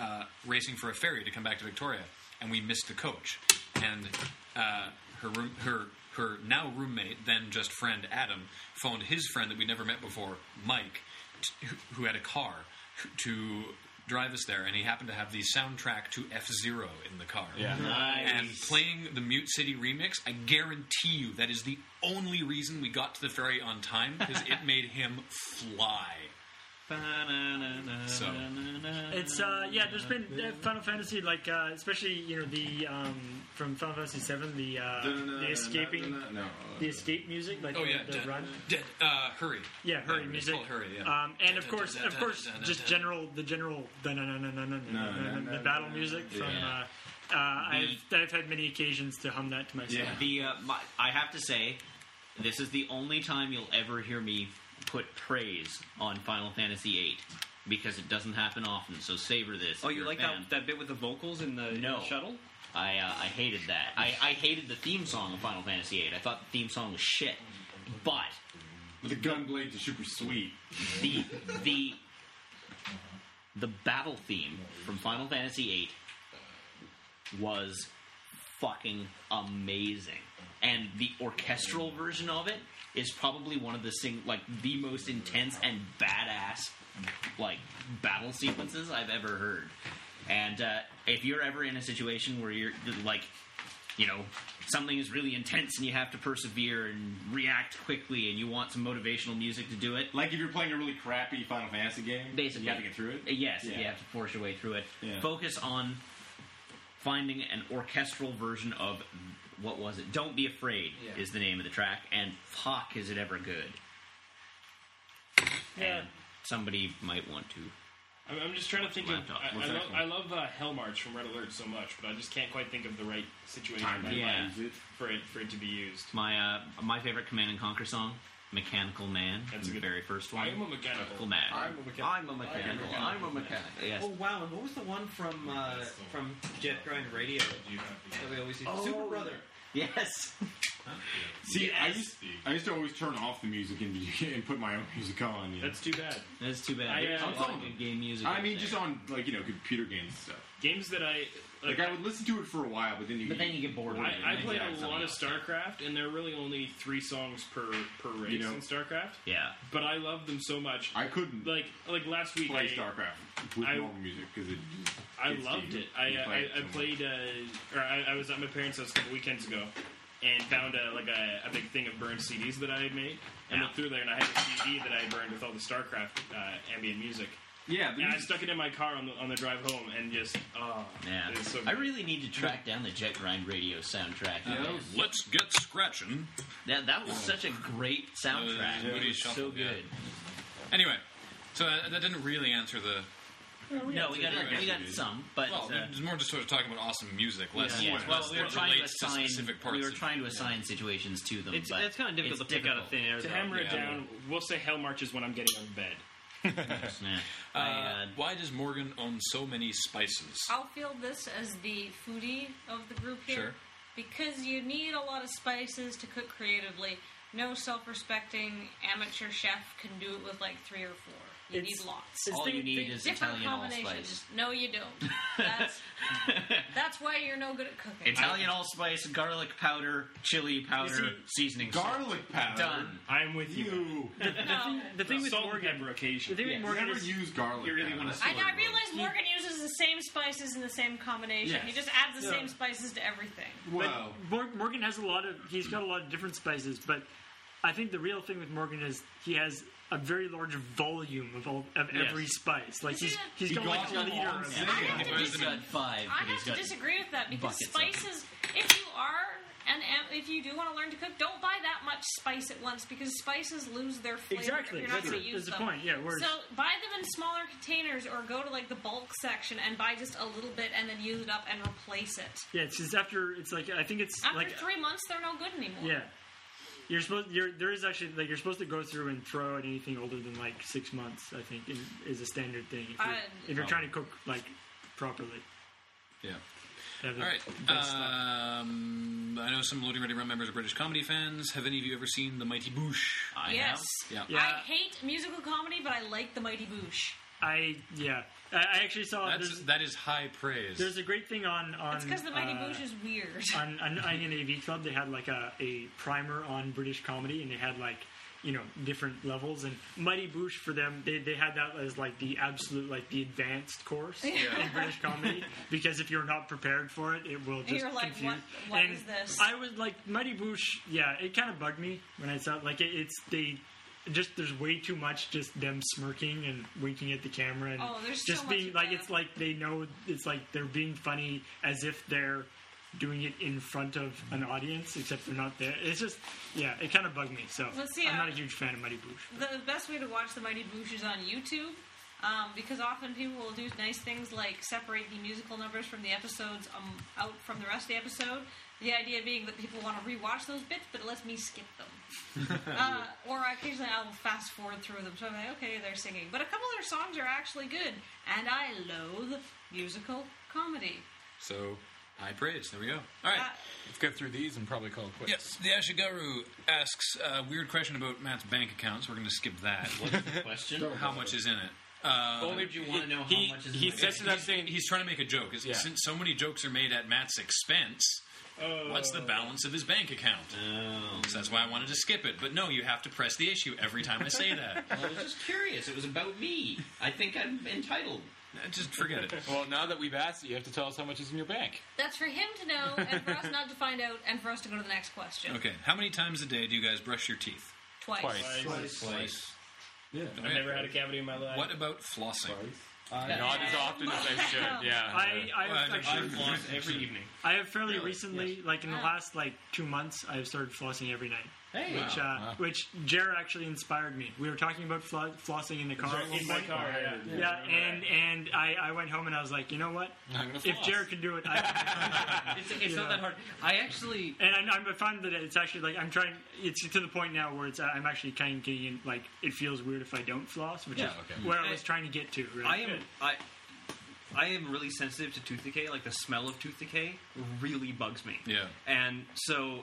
[SPEAKER 2] uh, racing for a ferry to come back to Victoria, and we missed the coach. And uh, her room, her her now roommate, then just friend Adam, phoned his friend that we'd never met before, Mike, t- who- who had a car, to drive us there, and he happened to have the soundtrack to F Zero in the car. Yeah. And playing the Mute City remix, I guarantee you that is the only reason we got to the ferry on time because it made him fly. So.
[SPEAKER 1] It's uh, yeah. There's been uh, Final Fantasy, like uh, especially you know the um, from Final Fantasy Seven, the uh, the escaping,
[SPEAKER 6] No. uh,
[SPEAKER 1] the escape music, like
[SPEAKER 2] Oh
[SPEAKER 1] the,
[SPEAKER 2] yeah,
[SPEAKER 1] the
[SPEAKER 2] dead,
[SPEAKER 1] run.
[SPEAKER 2] dead, uh, hurry.
[SPEAKER 1] Yeah, hurry
[SPEAKER 2] it's
[SPEAKER 1] music.
[SPEAKER 2] called hurry. Yeah.
[SPEAKER 1] Um, and of course, of course, just general the general the
[SPEAKER 6] no,
[SPEAKER 1] battle
[SPEAKER 6] no,
[SPEAKER 1] music
[SPEAKER 6] no.
[SPEAKER 1] from. Uh, uh, I've I've had many occasions to hum that to myself.
[SPEAKER 6] Yeah.
[SPEAKER 3] The uh, my, I have to say, this is the only time you'll ever hear me put praise on Final Fantasy VIII because it doesn't happen often. So savor this.
[SPEAKER 4] Oh,
[SPEAKER 3] if
[SPEAKER 4] you
[SPEAKER 3] you're a
[SPEAKER 4] like
[SPEAKER 3] fan.
[SPEAKER 4] that, that bit with the vocals in the, in
[SPEAKER 3] No.
[SPEAKER 4] the shuttle?
[SPEAKER 3] I uh, I hated that. I, I hated the theme song of Final Fantasy VIII. I thought the theme song was shit. But
[SPEAKER 6] With the gun blade to super sweet.
[SPEAKER 3] the the the battle theme from Final Fantasy VIII was fucking amazing, and the orchestral version of it is probably one of the sing like the most intense and badass like battle sequences I've ever heard. And uh, if you're ever in a situation where you're like, you know, something is really intense and you have to persevere and react quickly, and you want some motivational music to do it,
[SPEAKER 6] Like if you're playing a really crappy Final Fantasy game,
[SPEAKER 3] basically
[SPEAKER 6] you have to get through it.
[SPEAKER 3] Yes,
[SPEAKER 6] Yeah.
[SPEAKER 3] you have to force your way through it.
[SPEAKER 6] Yeah.
[SPEAKER 3] Focus on finding an orchestral version of what was it? Don't be afraid
[SPEAKER 9] Yeah.
[SPEAKER 3] is the name of the track, and fuck, is it ever good?
[SPEAKER 1] Yeah.
[SPEAKER 3] And somebody might want to.
[SPEAKER 8] I'm, I'm just trying to think of.
[SPEAKER 3] Laptop.
[SPEAKER 8] I, I,
[SPEAKER 6] What's
[SPEAKER 8] lo-
[SPEAKER 6] that
[SPEAKER 8] I love uh, Hell March from Red Alert so much, but I just can't quite think of the right situation
[SPEAKER 6] Time to
[SPEAKER 3] Yeah.
[SPEAKER 6] use it.
[SPEAKER 8] for it for it to be used.
[SPEAKER 3] My uh, my favorite Command and Conquer song, Mechanical Man,
[SPEAKER 8] That's a
[SPEAKER 3] the
[SPEAKER 8] good-
[SPEAKER 3] very first one.
[SPEAKER 8] I am a mechanical.
[SPEAKER 3] Mechanical Man.
[SPEAKER 9] I'm a mechanic.
[SPEAKER 3] I'm a mechanical.
[SPEAKER 9] I'm a mechanic.
[SPEAKER 3] Yes.
[SPEAKER 4] Oh, wow. And what was the one from uh, from Jet Grind Radio that we always used? Super Brother.
[SPEAKER 3] Yes.
[SPEAKER 6] See, I
[SPEAKER 3] Yes.
[SPEAKER 6] used, I used to always turn off the music and, and put my own music on. You know?
[SPEAKER 8] That's too bad.
[SPEAKER 3] That's too bad.
[SPEAKER 8] I,
[SPEAKER 3] There's
[SPEAKER 8] uh,
[SPEAKER 3] a lot of good game music.
[SPEAKER 6] I
[SPEAKER 3] out
[SPEAKER 6] mean,
[SPEAKER 3] there.
[SPEAKER 6] just on like you know computer games and stuff.
[SPEAKER 8] Games that I
[SPEAKER 6] Like
[SPEAKER 8] like.
[SPEAKER 6] I would listen to it for a while, but then you
[SPEAKER 3] But then you get bored. with it,
[SPEAKER 8] I, I
[SPEAKER 3] and
[SPEAKER 8] played
[SPEAKER 3] then you
[SPEAKER 8] a
[SPEAKER 3] have
[SPEAKER 8] lot of
[SPEAKER 3] something else.
[SPEAKER 8] StarCraft, and there are really only three songs per per race
[SPEAKER 6] know-
[SPEAKER 8] in StarCraft.
[SPEAKER 3] Yeah.
[SPEAKER 8] But I love them so much.
[SPEAKER 6] I couldn't
[SPEAKER 8] Like like last week,
[SPEAKER 6] play
[SPEAKER 8] I,
[SPEAKER 6] StarCraft with
[SPEAKER 8] I-
[SPEAKER 6] normal music because it.
[SPEAKER 8] I
[SPEAKER 6] It's
[SPEAKER 8] loved
[SPEAKER 6] deep.
[SPEAKER 8] it. I,
[SPEAKER 6] You
[SPEAKER 8] uh,
[SPEAKER 6] play
[SPEAKER 8] I,
[SPEAKER 6] it so
[SPEAKER 8] I
[SPEAKER 6] much.
[SPEAKER 8] played, uh, or I, I was at my parents' house a couple weekends ago, and found a, like a, a big thing of burned CDs that I had made, and
[SPEAKER 3] Yeah.
[SPEAKER 8] looked through there, and I had a CD that I had burned with all the StarCraft uh, ambient music,
[SPEAKER 6] Yeah, the
[SPEAKER 8] and I
[SPEAKER 6] music,
[SPEAKER 8] stuck it in my car on the on the drive home, and just oh
[SPEAKER 3] Yeah.
[SPEAKER 8] it was so
[SPEAKER 3] I
[SPEAKER 8] good.
[SPEAKER 3] really need to track down the Jet Grind Radio soundtrack.
[SPEAKER 2] Let's get scratching.
[SPEAKER 3] That that was such a great soundtrack.
[SPEAKER 2] Uh,
[SPEAKER 3] it
[SPEAKER 2] Moody
[SPEAKER 3] was so
[SPEAKER 2] Shuffle, yeah.
[SPEAKER 3] good.
[SPEAKER 2] Anyway, so uh, that didn't really answer the.
[SPEAKER 3] No, we got
[SPEAKER 2] yeah,
[SPEAKER 3] we got some, but
[SPEAKER 2] Well,
[SPEAKER 3] uh,
[SPEAKER 2] it's more just sort of talking about awesome music, less.
[SPEAKER 3] yeah,
[SPEAKER 2] less
[SPEAKER 3] well, we were
[SPEAKER 2] what
[SPEAKER 3] trying to
[SPEAKER 2] relates
[SPEAKER 3] assign
[SPEAKER 2] specific parts.
[SPEAKER 3] we were
[SPEAKER 2] of-
[SPEAKER 3] trying to assign situations to them.
[SPEAKER 4] It's,
[SPEAKER 3] but
[SPEAKER 4] that's kind of difficult
[SPEAKER 3] it's
[SPEAKER 4] to pick out of
[SPEAKER 3] difficult.
[SPEAKER 4] thin air.
[SPEAKER 8] to
[SPEAKER 4] though.
[SPEAKER 8] hammer it
[SPEAKER 2] yeah.
[SPEAKER 8] down, we'll say Hell Marches when I'm getting out of bed.
[SPEAKER 3] Yeah.
[SPEAKER 2] Uh,
[SPEAKER 3] I, uh,
[SPEAKER 2] why does Morgan own so many spices?
[SPEAKER 7] I'll feel this as the foodie of the group here.
[SPEAKER 2] Sure.
[SPEAKER 7] Because you need a lot of spices to cook creatively. No self respecting amateur chef can do it with like three or four. You
[SPEAKER 1] It's-
[SPEAKER 7] need lots.
[SPEAKER 1] It's
[SPEAKER 3] all you
[SPEAKER 1] thing-
[SPEAKER 3] need
[SPEAKER 1] thing-
[SPEAKER 3] is
[SPEAKER 7] Different
[SPEAKER 3] Italian
[SPEAKER 7] combinations.
[SPEAKER 3] allspice.
[SPEAKER 7] No, you don't. That's, that's why you're no good at cooking.
[SPEAKER 3] Italian allspice, garlic powder, chili powder, seasoning. salt.
[SPEAKER 6] garlic powder.
[SPEAKER 3] Done.
[SPEAKER 8] I'm with you.
[SPEAKER 6] You
[SPEAKER 7] No.
[SPEAKER 1] The thing with
[SPEAKER 8] Salt and
[SPEAKER 1] Morgan,
[SPEAKER 8] pepper occasion.
[SPEAKER 1] the thing with
[SPEAKER 3] Yes.
[SPEAKER 1] Morgan
[SPEAKER 6] never
[SPEAKER 1] is
[SPEAKER 6] use garlic.
[SPEAKER 8] You really
[SPEAKER 6] powder.
[SPEAKER 8] wanna
[SPEAKER 7] I, I realize Morgan uses the same spices in the same combination.
[SPEAKER 6] Yes.
[SPEAKER 7] He just adds the
[SPEAKER 1] Yeah.
[SPEAKER 7] same spices to everything.
[SPEAKER 6] Well,
[SPEAKER 1] Mor- Morgan has a lot of he's got a lot of different spices, but I think the real thing with Morgan is he has a very large volume of all of every spice. Like
[SPEAKER 7] Isn't
[SPEAKER 1] he's
[SPEAKER 7] it-
[SPEAKER 1] he's
[SPEAKER 6] He
[SPEAKER 1] got like
[SPEAKER 6] got
[SPEAKER 1] a
[SPEAKER 6] them all
[SPEAKER 1] liter.
[SPEAKER 6] sick.
[SPEAKER 7] I have to
[SPEAKER 2] Where's
[SPEAKER 3] He's
[SPEAKER 2] the
[SPEAKER 7] dis-
[SPEAKER 3] got five.
[SPEAKER 7] I
[SPEAKER 3] but he's
[SPEAKER 7] have to
[SPEAKER 3] got
[SPEAKER 7] disagree with that because
[SPEAKER 3] buckets of them.
[SPEAKER 7] spices. If you are and if you do want to learn to cook, don't buy that much spice at once because spices lose their flavor. if
[SPEAKER 1] Exactly,
[SPEAKER 7] you're not
[SPEAKER 1] that's
[SPEAKER 7] going
[SPEAKER 1] it.
[SPEAKER 7] to use
[SPEAKER 1] That's the
[SPEAKER 7] them.
[SPEAKER 1] point, yeah, whereas-
[SPEAKER 7] so buy them in smaller containers or go to like the bulk section and buy just a little bit and then use it up and replace it.
[SPEAKER 1] Yeah, it's just after it's like I think it's
[SPEAKER 7] After
[SPEAKER 1] like uh,
[SPEAKER 7] three months, they're no good anymore.
[SPEAKER 1] yeah. You're supposed. You're, there is actually like you're supposed to go through and throw out anything older than like six months. I think is, is a standard thing if you're,
[SPEAKER 7] I-
[SPEAKER 1] if you're trying to cook like properly.
[SPEAKER 2] Yeah.
[SPEAKER 1] Have
[SPEAKER 2] All right.
[SPEAKER 1] the best stuff.
[SPEAKER 2] Um, I know some Loading Ready Run members are British comedy fans. Have any of you ever seen The Mighty Boosh?
[SPEAKER 3] I
[SPEAKER 7] Yes.
[SPEAKER 2] Yeah.
[SPEAKER 1] Yeah.
[SPEAKER 7] I hate musical comedy, but I like The Mighty Boosh.
[SPEAKER 1] I yeah. I, I actually saw
[SPEAKER 2] That's
[SPEAKER 1] there's
[SPEAKER 2] that is high praise.
[SPEAKER 1] there's a great thing on on
[SPEAKER 7] It's because The Mighty
[SPEAKER 1] uh,
[SPEAKER 7] Boosh is weird.
[SPEAKER 1] on, on INAV Club, they had like a, a primer on British comedy, and they had like you know different levels. And Mighty Boosh for them, they, they had that as like the absolute like the advanced course in British comedy because if you're not prepared for it, it will just
[SPEAKER 7] You're like,
[SPEAKER 1] confuse.
[SPEAKER 7] "What- what
[SPEAKER 1] and
[SPEAKER 7] is this?"
[SPEAKER 1] I was like Mighty Boosh. Yeah, it kind of bugged me when I saw it. like it, it's they just there's way too much just them smirking and winking at the camera and
[SPEAKER 7] Oh, there's so
[SPEAKER 1] just
[SPEAKER 7] much
[SPEAKER 1] being
[SPEAKER 7] of
[SPEAKER 1] like
[SPEAKER 7] that.
[SPEAKER 1] it's like they know it's like they're being funny as if they're doing it in front of an audience except they're not there. It's just yeah, it kind of bugged me. So
[SPEAKER 7] Let's see,
[SPEAKER 1] I'm
[SPEAKER 7] uh,
[SPEAKER 1] not a huge fan of Mighty Boosh.
[SPEAKER 7] the best way to watch the Mighty Boosh is on YouTube. Um, because often people will do nice things like separate the musical numbers from the episodes um, out from the rest of the episode. The idea being that people want to rewatch those bits, but it lets me skip them. uh, or occasionally I'll fast forward through them. So I'm like, okay, they're singing. But a couple of their songs are actually good, and I loathe musical comedy.
[SPEAKER 2] So high praise. There we go. All right.
[SPEAKER 7] Uh,
[SPEAKER 5] Let's get through these and probably call it quits.
[SPEAKER 2] Yes, the Ashigaru asks a weird question about Matt's bank account, so we're going to skip that.
[SPEAKER 3] Question.
[SPEAKER 2] how much is in it? Uh,
[SPEAKER 3] Only if you want to know how
[SPEAKER 10] He,
[SPEAKER 3] much is in
[SPEAKER 10] he
[SPEAKER 3] my
[SPEAKER 10] sets it up saying
[SPEAKER 2] He's trying to make a joke. It's-
[SPEAKER 5] Yeah.
[SPEAKER 2] Since so many jokes are made at Matt's expense, what's the balance of his bank account?
[SPEAKER 3] Oh.
[SPEAKER 2] So that's why I wanted to skip it. But no, you have to press the issue every time I say that.
[SPEAKER 3] I was just curious. It was about me. I think I'm entitled.
[SPEAKER 2] Just forget it.
[SPEAKER 5] Well, now that we've asked it, you have to tell us how much is in your bank.
[SPEAKER 7] that's for him to know, and for us not to find out, and for us to go to the next question.
[SPEAKER 2] Okay, how many times a day do you guys brush your teeth?
[SPEAKER 7] Twice.
[SPEAKER 5] Twice.
[SPEAKER 3] Twice.
[SPEAKER 6] Yeah.
[SPEAKER 8] I've never had a cavity in my life.
[SPEAKER 2] What about flossing?
[SPEAKER 5] Uh, Not as often as I should. Yeah.
[SPEAKER 1] I, I
[SPEAKER 2] Well, I don't-
[SPEAKER 1] actually,
[SPEAKER 8] I floss every evening.
[SPEAKER 1] I have fairly
[SPEAKER 2] Really?
[SPEAKER 1] recently, like in the
[SPEAKER 7] Wow.
[SPEAKER 1] last like two months, I've started flossing every night.
[SPEAKER 3] Hey.
[SPEAKER 1] Which, uh, which Jared actually inspired me. We were talking about flo- flossing in the car. at one
[SPEAKER 8] In my
[SPEAKER 1] point.
[SPEAKER 8] car, yeah.
[SPEAKER 1] Yeah, and and I, I went home and I was like, you know what?
[SPEAKER 5] I'm gonna
[SPEAKER 1] If
[SPEAKER 5] floss.
[SPEAKER 1] Jared can do it, I can.
[SPEAKER 4] It's, it's not that hard. I actually
[SPEAKER 1] do it. and I, I'm I find that it's actually like I'm trying. It's to the point now where it's I'm actually kind of getting in, like it feels weird if I don't floss, which
[SPEAKER 4] Yeah, Uh,
[SPEAKER 1] is
[SPEAKER 5] okay.
[SPEAKER 1] where I
[SPEAKER 4] I-
[SPEAKER 1] was trying to get to.
[SPEAKER 4] I
[SPEAKER 1] Right?
[SPEAKER 4] am I I am really sensitive to tooth decay. Like the smell of tooth decay really bugs me.
[SPEAKER 2] Yeah.
[SPEAKER 4] And so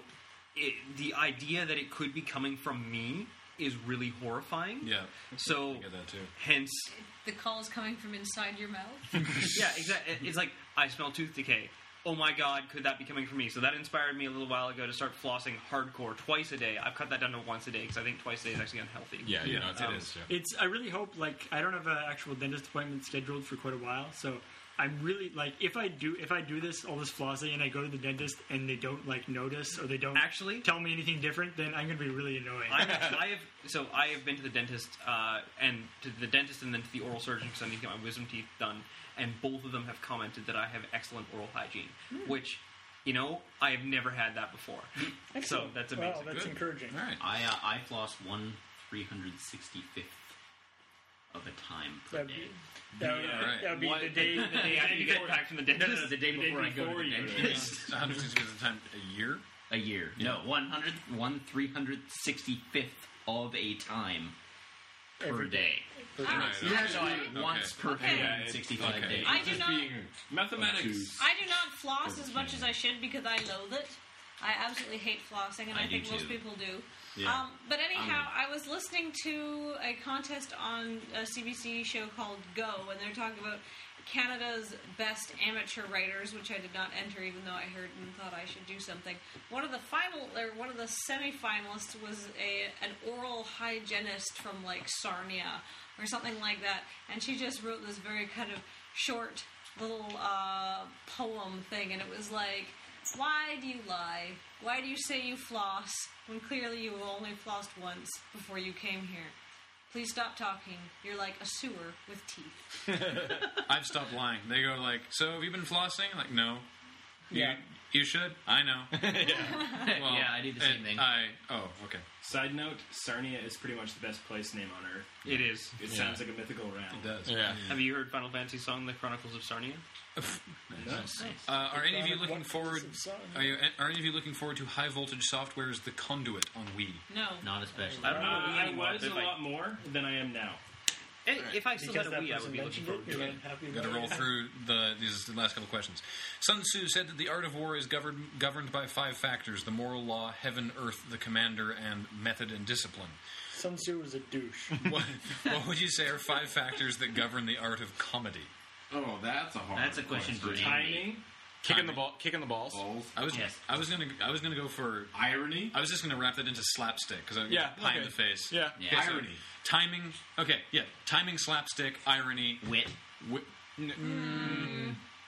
[SPEAKER 4] it, the idea that it could be coming from me is really horrifying.
[SPEAKER 2] Yeah,
[SPEAKER 4] So
[SPEAKER 2] I get that too.
[SPEAKER 4] hence
[SPEAKER 7] The call is coming from inside your mouth.
[SPEAKER 4] yeah, exactly. It's like I smell tooth decay. Oh my god, could that be coming from me? So that inspired me a little while ago to start flossing hardcore twice a day. I've cut that down to once a day because I think twice a day is actually unhealthy.
[SPEAKER 5] Yeah, you
[SPEAKER 2] Yeah,
[SPEAKER 5] know, it's,
[SPEAKER 2] um,
[SPEAKER 5] it is. Yeah.
[SPEAKER 1] It's. I really hope. Like, I don't have an actual dentist appointment scheduled for quite a while, so I'm really like, if I do, if I do this all this flossing, and I go to the dentist and they don't like notice or they don't
[SPEAKER 4] Actually-
[SPEAKER 1] tell me anything different, then I'm gonna be really annoying.
[SPEAKER 4] I'm actually, I have so I have been to the dentist uh, and to the dentist and then to the oral surgeon because I need to get my wisdom teeth done, and both of them have commented that I have excellent oral hygiene,
[SPEAKER 1] Hmm.
[SPEAKER 4] which you know I have never had that before. so that's amazing.
[SPEAKER 1] Wow, that's
[SPEAKER 2] Good.
[SPEAKER 1] encouraging.
[SPEAKER 2] All right.
[SPEAKER 3] I uh, I floss one three hundred sixty fifth of a time per
[SPEAKER 1] That'd
[SPEAKER 3] day.
[SPEAKER 1] be, that would,
[SPEAKER 2] right.
[SPEAKER 1] that'd be
[SPEAKER 4] Why-
[SPEAKER 1] the day, the day
[SPEAKER 4] after
[SPEAKER 1] I
[SPEAKER 4] you get back from the dentist.
[SPEAKER 8] before you go to the
[SPEAKER 3] dentist.
[SPEAKER 2] 160 of the time a year?
[SPEAKER 3] A year. No, 100, one 365th of a time per
[SPEAKER 1] Every
[SPEAKER 3] day.
[SPEAKER 2] All
[SPEAKER 1] Ah.
[SPEAKER 2] right,
[SPEAKER 3] Yeah, so I once per
[SPEAKER 7] Okay.
[SPEAKER 3] 365
[SPEAKER 2] Okay.
[SPEAKER 3] days.
[SPEAKER 7] I do not.
[SPEAKER 6] Mathematics.
[SPEAKER 7] I do not floss as much as I should because I loathe it. I absolutely hate flossing, and I,
[SPEAKER 3] I do
[SPEAKER 7] think most
[SPEAKER 3] too.
[SPEAKER 7] people do.
[SPEAKER 3] Yeah.
[SPEAKER 7] Um, but anyhow, I was listening to a contest on a CBC show called Go, and they're talking about Canada's best amateur writers, which I did not enter, even though I heard and thought I should do something. One of the final, or one of the semi-finalists was a an oral hygienist from like Sarnia or something like that, and she just wrote this very kind of short little uh, poem thing, and it was like, "Why do you lie? Why do you say you floss when clearly you only flossed once before you came here? Please stop talking. You're like a sewer with teeth."
[SPEAKER 2] I've stopped lying. They go like, "So have you been flossing?" I'm like, no.
[SPEAKER 1] Yeah.
[SPEAKER 2] You, you should. I know. Well,
[SPEAKER 3] Yeah, I do the same
[SPEAKER 2] it-
[SPEAKER 3] thing.
[SPEAKER 2] I oh okay.
[SPEAKER 8] Side note: Sarnia is pretty much the best place name on earth.
[SPEAKER 4] It is.
[SPEAKER 8] It sounds like a mythical realm.
[SPEAKER 2] It does.
[SPEAKER 5] Yeah.
[SPEAKER 4] Have you heard Final Fantasy song The Chronicles of Sarnia?
[SPEAKER 2] Uh, are any of you looking forward? Are, you, are any of you looking forward to high voltage software's The Conduit on Wii?
[SPEAKER 7] No.
[SPEAKER 3] Not especially.
[SPEAKER 8] I don't know.
[SPEAKER 4] Uh,
[SPEAKER 8] I was
[SPEAKER 4] if
[SPEAKER 8] a
[SPEAKER 4] I-
[SPEAKER 8] lot more than I am now.
[SPEAKER 4] Hey, If I still
[SPEAKER 1] Because
[SPEAKER 4] had a
[SPEAKER 1] that
[SPEAKER 4] Wii, I
[SPEAKER 1] person
[SPEAKER 4] would be looking
[SPEAKER 1] mentioned
[SPEAKER 4] forward
[SPEAKER 1] it,
[SPEAKER 4] to
[SPEAKER 1] you're
[SPEAKER 4] it.
[SPEAKER 1] happy
[SPEAKER 2] Got to
[SPEAKER 1] about
[SPEAKER 2] roll
[SPEAKER 1] it.
[SPEAKER 2] through the these last couple questions. Sun Tzu said that the art of war is governed governed by five factors: the moral law, heaven, earth, the commander, and method and discipline.
[SPEAKER 1] Sun Tzu was a douche.
[SPEAKER 2] What, what would you say are five factors that govern the art of comedy?
[SPEAKER 6] Oh, that's a hard.
[SPEAKER 3] That's a question for Andy.
[SPEAKER 8] Timing.
[SPEAKER 5] Kicking the ball, kicking the balls.
[SPEAKER 6] Balls.
[SPEAKER 2] I was
[SPEAKER 3] Yes.
[SPEAKER 2] I was gonna I was gonna go for
[SPEAKER 6] Irony.
[SPEAKER 2] I was just going to wrap that into slapstick because I
[SPEAKER 5] Yeah,
[SPEAKER 2] pie in
[SPEAKER 5] okay.
[SPEAKER 2] the face.
[SPEAKER 5] Yeah.
[SPEAKER 3] Yeah.
[SPEAKER 2] so
[SPEAKER 6] Irony.
[SPEAKER 2] timing. Okay, yeah, timing, slapstick, irony.
[SPEAKER 3] Wit.
[SPEAKER 2] Wi-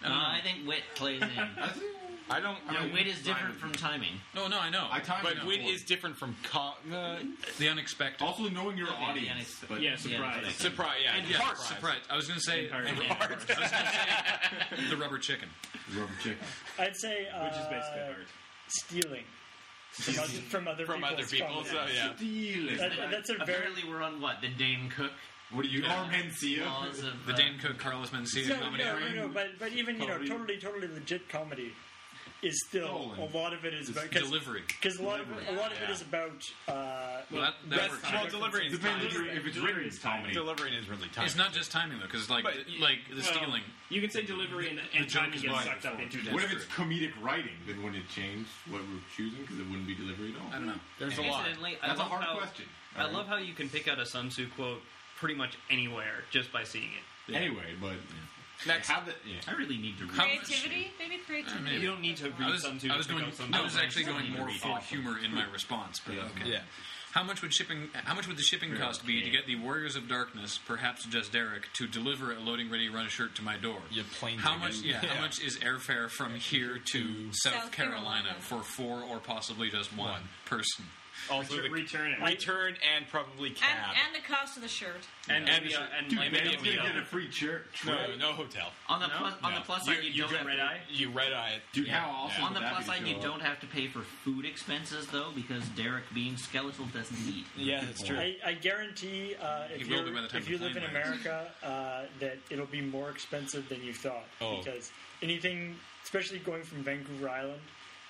[SPEAKER 3] Uh, I think wit plays in.
[SPEAKER 6] That's-
[SPEAKER 5] I don't. I
[SPEAKER 3] No,
[SPEAKER 5] mean,
[SPEAKER 3] wit is different from timing.
[SPEAKER 2] No, no, I know.
[SPEAKER 6] I timed
[SPEAKER 5] but
[SPEAKER 6] it out.
[SPEAKER 5] wit is different from con. Uh,
[SPEAKER 2] the unexpected.
[SPEAKER 6] also knowing your
[SPEAKER 3] Yeah, the
[SPEAKER 6] audience.
[SPEAKER 3] unexpected.
[SPEAKER 6] But
[SPEAKER 8] Yeah,
[SPEAKER 3] Yeah,
[SPEAKER 8] surprise.
[SPEAKER 3] that's like-
[SPEAKER 5] surprise. Yeah.
[SPEAKER 2] and
[SPEAKER 5] yeah,
[SPEAKER 2] heart surprise. I was going to say
[SPEAKER 8] Entire-
[SPEAKER 2] and
[SPEAKER 8] yeah.
[SPEAKER 2] heart. I was going to say the rubber chicken.
[SPEAKER 6] rubber chicken.
[SPEAKER 1] I'd say uh,
[SPEAKER 8] which is basically hard.
[SPEAKER 1] stealing from other, from other
[SPEAKER 5] From other
[SPEAKER 1] people's
[SPEAKER 5] people. So
[SPEAKER 1] comments.
[SPEAKER 5] yeah.
[SPEAKER 1] That- that's a very
[SPEAKER 3] Apparently, we're on what the Dane Cook
[SPEAKER 6] What do you? Or Mencia.
[SPEAKER 3] laws of
[SPEAKER 2] The
[SPEAKER 3] uh,
[SPEAKER 2] Dane Cook, Carlos Mencia
[SPEAKER 1] no,
[SPEAKER 2] comedy.
[SPEAKER 1] no, no, no, but but even you know,
[SPEAKER 6] Comedy.
[SPEAKER 1] totally, totally legit comedy is still
[SPEAKER 6] Stolen.
[SPEAKER 1] a lot of it is about because
[SPEAKER 2] Delivery.
[SPEAKER 1] a lot of a lot of it is about uh,
[SPEAKER 2] Well, that, that
[SPEAKER 5] That's-
[SPEAKER 2] works.
[SPEAKER 5] well, delivery is
[SPEAKER 6] Depends
[SPEAKER 5] time.
[SPEAKER 6] if it's written as comedy.
[SPEAKER 5] Delivering is really time.
[SPEAKER 2] It's not just timing though, because like
[SPEAKER 5] But-
[SPEAKER 2] the- like the stealing.
[SPEAKER 8] You can say delivery and, and
[SPEAKER 2] joke
[SPEAKER 8] timing
[SPEAKER 2] is
[SPEAKER 8] gets
[SPEAKER 2] mine.
[SPEAKER 8] sucked up into
[SPEAKER 6] What
[SPEAKER 8] that.
[SPEAKER 6] if it's comedic writing? Then wouldn't it change what we're choosing? Because it wouldn't be delivery at all.
[SPEAKER 2] I don't know.
[SPEAKER 5] There's a lot.
[SPEAKER 4] Incidentally, I
[SPEAKER 6] That's a
[SPEAKER 4] love
[SPEAKER 6] hard
[SPEAKER 4] how-
[SPEAKER 6] question.
[SPEAKER 4] I love how you can pick out a Sun Tzu quote pretty much anywhere just by seeing it.
[SPEAKER 6] Anyway, but
[SPEAKER 5] Next.
[SPEAKER 6] have it. Yeah.
[SPEAKER 3] I really need to read.
[SPEAKER 2] How much-
[SPEAKER 7] Creativity? Maybe creativity.
[SPEAKER 2] maybe.
[SPEAKER 4] You don't need to
[SPEAKER 2] I
[SPEAKER 4] read
[SPEAKER 2] was,
[SPEAKER 4] Sun Tzu
[SPEAKER 2] I was
[SPEAKER 4] to pick
[SPEAKER 2] going.
[SPEAKER 4] out Sun
[SPEAKER 2] I
[SPEAKER 4] Tzu.
[SPEAKER 2] was actually going more for humor in my response, but okay.
[SPEAKER 5] Yeah.
[SPEAKER 2] How much would shipping? How much would the shipping cost be to get the Warriors of Darkness, perhaps just Derek, to deliver a loading ready run shirt to my door?
[SPEAKER 5] Your plane
[SPEAKER 2] How
[SPEAKER 5] ticket.
[SPEAKER 2] much? Yeah,
[SPEAKER 5] Yeah.
[SPEAKER 2] How much is airfare from here to South,
[SPEAKER 7] South
[SPEAKER 2] Carolina,
[SPEAKER 7] Carolina.
[SPEAKER 2] for four or possibly just one, person?
[SPEAKER 5] also the
[SPEAKER 8] Return it.
[SPEAKER 5] return and probably
[SPEAKER 7] And,
[SPEAKER 5] cab.
[SPEAKER 7] and the cost of the shirt.
[SPEAKER 4] And,
[SPEAKER 5] And
[SPEAKER 4] maybe,
[SPEAKER 5] the-
[SPEAKER 4] uh, and
[SPEAKER 6] Dude,
[SPEAKER 4] like,
[SPEAKER 6] man's
[SPEAKER 4] maybe
[SPEAKER 6] gonna
[SPEAKER 4] a-
[SPEAKER 6] get a free shirt.
[SPEAKER 5] no, no hotel.
[SPEAKER 3] On the plus, on the
[SPEAKER 5] No.
[SPEAKER 3] plus
[SPEAKER 5] You-
[SPEAKER 3] side, you,
[SPEAKER 5] you
[SPEAKER 3] don't
[SPEAKER 5] get
[SPEAKER 3] have
[SPEAKER 5] red
[SPEAKER 3] to-
[SPEAKER 8] eye?
[SPEAKER 5] You red eye it.
[SPEAKER 6] Dude, how awesome
[SPEAKER 3] On the
[SPEAKER 6] would that
[SPEAKER 3] plus
[SPEAKER 6] be to
[SPEAKER 3] side, you
[SPEAKER 6] show
[SPEAKER 3] don't
[SPEAKER 6] up?
[SPEAKER 3] have to pay for food expenses though, because Derek being skeletal doesn't eat.
[SPEAKER 5] Yeah, that's true.
[SPEAKER 1] I, I guarantee uh, if,
[SPEAKER 2] He will
[SPEAKER 1] you're,
[SPEAKER 2] be by the time
[SPEAKER 1] if
[SPEAKER 2] the
[SPEAKER 1] you live in
[SPEAKER 2] plane lands.
[SPEAKER 1] America uh, that it'll be more expensive than you thought
[SPEAKER 5] Oh.
[SPEAKER 1] because anything, especially going from Vancouver Island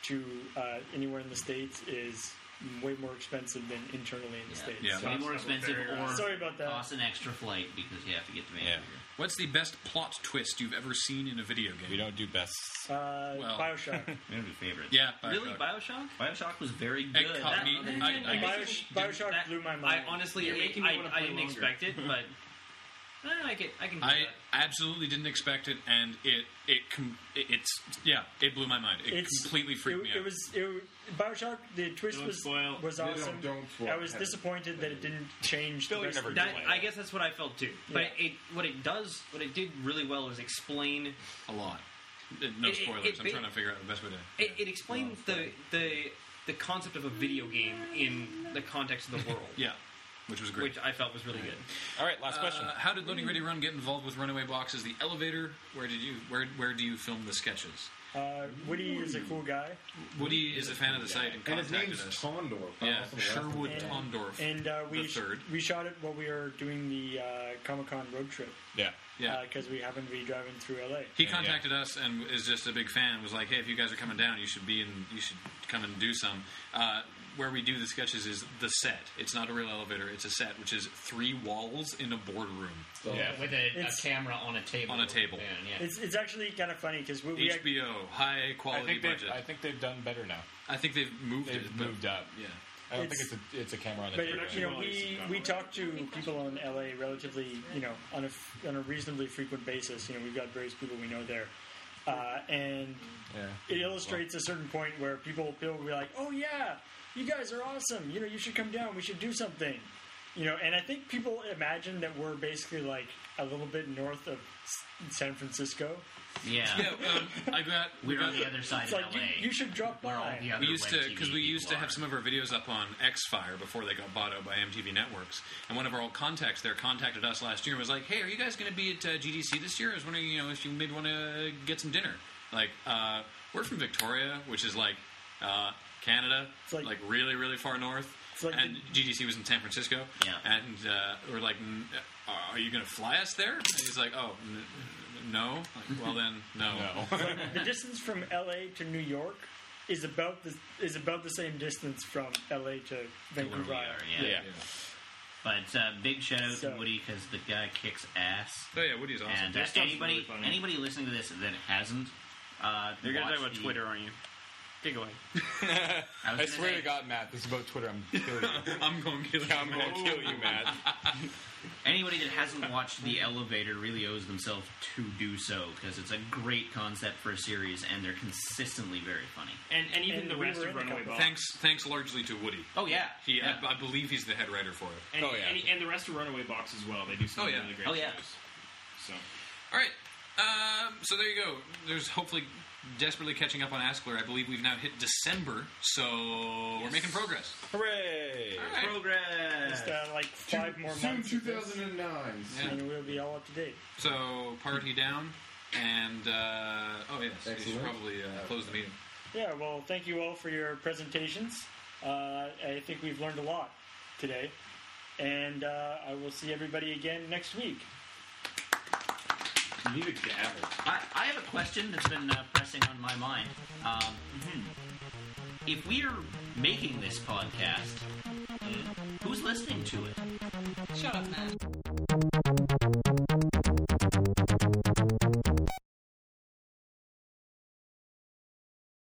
[SPEAKER 1] to uh, anywhere in the states, is way more expensive than internally in the states.
[SPEAKER 2] Yeah.
[SPEAKER 3] Way more expensive, or
[SPEAKER 1] Sorry about that.
[SPEAKER 3] cost an extra flight because you have to get to Vancouver.
[SPEAKER 2] What's the best plot twist you've ever seen in a video game?
[SPEAKER 5] We don't do best.
[SPEAKER 1] Uh,
[SPEAKER 2] Well.
[SPEAKER 1] Bioshock.
[SPEAKER 3] One of your favorites.
[SPEAKER 2] Yeah, Bioshock.
[SPEAKER 4] Really, Bioshock?
[SPEAKER 3] Bioshock was very good.
[SPEAKER 2] Egg cockney.
[SPEAKER 3] That-
[SPEAKER 2] I- I-
[SPEAKER 1] Bios- Bioshock
[SPEAKER 4] That-
[SPEAKER 1] blew my
[SPEAKER 4] I
[SPEAKER 1] mind.
[SPEAKER 4] honestly,
[SPEAKER 8] You're
[SPEAKER 4] I-
[SPEAKER 8] making me
[SPEAKER 4] I,
[SPEAKER 8] wanna
[SPEAKER 4] I
[SPEAKER 8] play
[SPEAKER 4] didn't
[SPEAKER 8] longer.
[SPEAKER 4] expect it, but eh, I can. I can. do
[SPEAKER 2] I
[SPEAKER 4] that.
[SPEAKER 2] absolutely didn't expect it, and it it com- it- it's yeah, it blew my mind. It
[SPEAKER 1] It's-
[SPEAKER 2] completely freaked
[SPEAKER 1] it,
[SPEAKER 2] me out.
[SPEAKER 1] It was it, Bioshock. The twist
[SPEAKER 8] Don't
[SPEAKER 1] was
[SPEAKER 8] spoil.
[SPEAKER 1] was
[SPEAKER 6] No,
[SPEAKER 1] awesome.
[SPEAKER 6] don't spoil.
[SPEAKER 1] I was disappointed that it didn't change.
[SPEAKER 5] Billy
[SPEAKER 1] the rest
[SPEAKER 5] never
[SPEAKER 1] of the
[SPEAKER 5] did.
[SPEAKER 4] That, I guess that's what I felt too. But
[SPEAKER 1] Yeah.
[SPEAKER 4] it, what it does, what it did really well, is explain.
[SPEAKER 2] a lot. Uh, No
[SPEAKER 4] It- it-
[SPEAKER 2] spoilers.
[SPEAKER 4] it
[SPEAKER 2] I'm
[SPEAKER 4] ba-
[SPEAKER 2] trying to figure out the best way to.
[SPEAKER 4] It, it explained the the the concept of a video game in the context of the world,
[SPEAKER 2] Yeah, which was great.
[SPEAKER 4] which I felt was really good.
[SPEAKER 5] All right, last question.
[SPEAKER 2] Uh, how did Loading Ready Run get involved with Runaway Boxes? The elevator. Where did you? Where Where do you film the sketches?
[SPEAKER 1] Uh, Woody is a cool guy,
[SPEAKER 2] Woody is a fan of the site and
[SPEAKER 6] And his
[SPEAKER 2] contacted
[SPEAKER 6] name's
[SPEAKER 2] us.
[SPEAKER 6] Tondor.
[SPEAKER 2] yeah, Sherwood
[SPEAKER 1] Yeah.
[SPEAKER 2] Tomdorf.
[SPEAKER 1] and uh, we
[SPEAKER 2] the third.
[SPEAKER 1] we shot it while we were doing the uh, Comic Con road trip.
[SPEAKER 5] yeah.
[SPEAKER 2] yeah.
[SPEAKER 1] because Uh, we happen to be driving through LA.
[SPEAKER 2] he contacted us and is just a big fan. Was like, hey, if you guys are coming down, you should be in. You should come and do some. Uh, where we do the sketches is the set. It's not a real elevator. It's a set, which is three walls in a boardroom.
[SPEAKER 5] Yeah.
[SPEAKER 3] With a,
[SPEAKER 1] It's-
[SPEAKER 3] camera on a table.
[SPEAKER 2] On a table.
[SPEAKER 3] yeah.
[SPEAKER 1] It's it's actually kind of funny because we, we act-
[SPEAKER 2] HBO, high
[SPEAKER 5] I
[SPEAKER 2] quality
[SPEAKER 5] think they've.
[SPEAKER 2] budget.
[SPEAKER 5] I think they've done better now.
[SPEAKER 2] I think they've moved
[SPEAKER 5] They've
[SPEAKER 2] it. but-
[SPEAKER 5] moved up.
[SPEAKER 2] Yeah.
[SPEAKER 5] I don't
[SPEAKER 1] It's-
[SPEAKER 5] think it's a it's a camera on a
[SPEAKER 1] but
[SPEAKER 5] table.
[SPEAKER 1] you know we we talk to people in LA relatively you know on a f- on a reasonably frequent basis. You know we've got various people we know there, uh, and
[SPEAKER 5] Yeah.
[SPEAKER 1] it illustrates a certain point where people people will be like, oh yeah, you guys are awesome. You know you should come down. We should do something. You know, and I think people imagine that we're basically like a little bit north of S- San Francisco.
[SPEAKER 3] Yeah.
[SPEAKER 2] Yeah, um, I got. We
[SPEAKER 3] We're
[SPEAKER 2] got.
[SPEAKER 3] on the other side
[SPEAKER 1] It's
[SPEAKER 3] of
[SPEAKER 1] like
[SPEAKER 3] LA.
[SPEAKER 1] you, you should drop
[SPEAKER 3] We're all
[SPEAKER 1] by.
[SPEAKER 3] the other
[SPEAKER 2] We used
[SPEAKER 3] web
[SPEAKER 2] to
[SPEAKER 3] TV
[SPEAKER 2] because we used to
[SPEAKER 3] people
[SPEAKER 2] have
[SPEAKER 3] are.
[SPEAKER 2] some of our videos up on Xfire before they got bought out by MTV Networks, and one of our old contacts there contacted us last year and was like, "Hey, are you guys going to be at uh, GDC this year? I was wondering, you know, if you maybe want to get some dinner. Like, uh, we're from Victoria, which is like uh, Canada,
[SPEAKER 1] It's
[SPEAKER 2] like,
[SPEAKER 1] like-
[SPEAKER 2] really, really far north."
[SPEAKER 1] It's like
[SPEAKER 2] and GDC was in San Francisco,
[SPEAKER 3] Yeah.
[SPEAKER 2] and uh, we're like, "N- uh, "Are you going to fly us there?" And he's like, "Oh, n- n- no." Like, well, then,
[SPEAKER 5] No.
[SPEAKER 1] the distance from LA to New York is about the is about the same distance from LA to
[SPEAKER 3] where we
[SPEAKER 1] Vancouver.
[SPEAKER 3] are,
[SPEAKER 1] Island.
[SPEAKER 3] yeah.
[SPEAKER 5] yeah.
[SPEAKER 3] But uh, big shout out
[SPEAKER 1] So-
[SPEAKER 3] to Woody because the guy kicks ass.
[SPEAKER 2] Oh yeah, Woody's awesome.
[SPEAKER 3] And uh,
[SPEAKER 8] Their stuff's
[SPEAKER 3] anybody,
[SPEAKER 8] really funny.
[SPEAKER 3] anybody listening to this that hasn't, uh,
[SPEAKER 4] You're gonna
[SPEAKER 3] watch
[SPEAKER 4] talk about
[SPEAKER 3] the-
[SPEAKER 4] Twitter, aren't you? Get going.
[SPEAKER 3] I, was
[SPEAKER 5] I
[SPEAKER 3] gonna
[SPEAKER 5] swear
[SPEAKER 3] say,
[SPEAKER 5] to God, Matt, this is about Twitter. I'm gonna kill you.
[SPEAKER 2] I'm going to kill you.
[SPEAKER 5] I'm gonna kill you, Matt.
[SPEAKER 3] Anybody that hasn't watched The Elevator really owes themselves to do so because it's a great concept for a series, and they're consistently very funny.
[SPEAKER 8] And, and even
[SPEAKER 1] And
[SPEAKER 8] the
[SPEAKER 1] we
[SPEAKER 8] rest
[SPEAKER 1] were
[SPEAKER 8] of
[SPEAKER 1] in a
[SPEAKER 8] Runaway
[SPEAKER 1] couple.
[SPEAKER 8] Box.
[SPEAKER 2] Thanks, thanks largely to Woody.
[SPEAKER 3] Oh yeah,
[SPEAKER 2] He,
[SPEAKER 3] yeah.
[SPEAKER 2] I, I believe he's the head writer for it.
[SPEAKER 8] And,
[SPEAKER 5] Oh, yeah.
[SPEAKER 8] and, and the rest of Runaway Box as well. They do some
[SPEAKER 2] Oh, yeah.
[SPEAKER 8] really great
[SPEAKER 3] Oh, yeah.
[SPEAKER 8] shows. So
[SPEAKER 2] All right. Um, so there you go. There's hopefully desperately catching up on Askler. I believe we've now hit December, so we're making progress.
[SPEAKER 5] Hooray!
[SPEAKER 3] Progress.
[SPEAKER 1] Just, uh, like five more
[SPEAKER 6] Soon
[SPEAKER 1] months. of this,
[SPEAKER 6] 2009.
[SPEAKER 2] Yeah.
[SPEAKER 1] And we'll be all up to date.
[SPEAKER 2] So party down, and uh, oh yes, we should
[SPEAKER 6] Excellent.
[SPEAKER 2] probably uh, close the meeting.
[SPEAKER 1] Yeah, well, thank you all for your presentations. Uh, I think we've learned a lot today. And uh, I will see everybody again next week.
[SPEAKER 6] You need a gavel.
[SPEAKER 3] I, I have a question that's been uh, pressing on my mind. Um, If we are making this podcast, who's listening to it?
[SPEAKER 7] Shut up, man.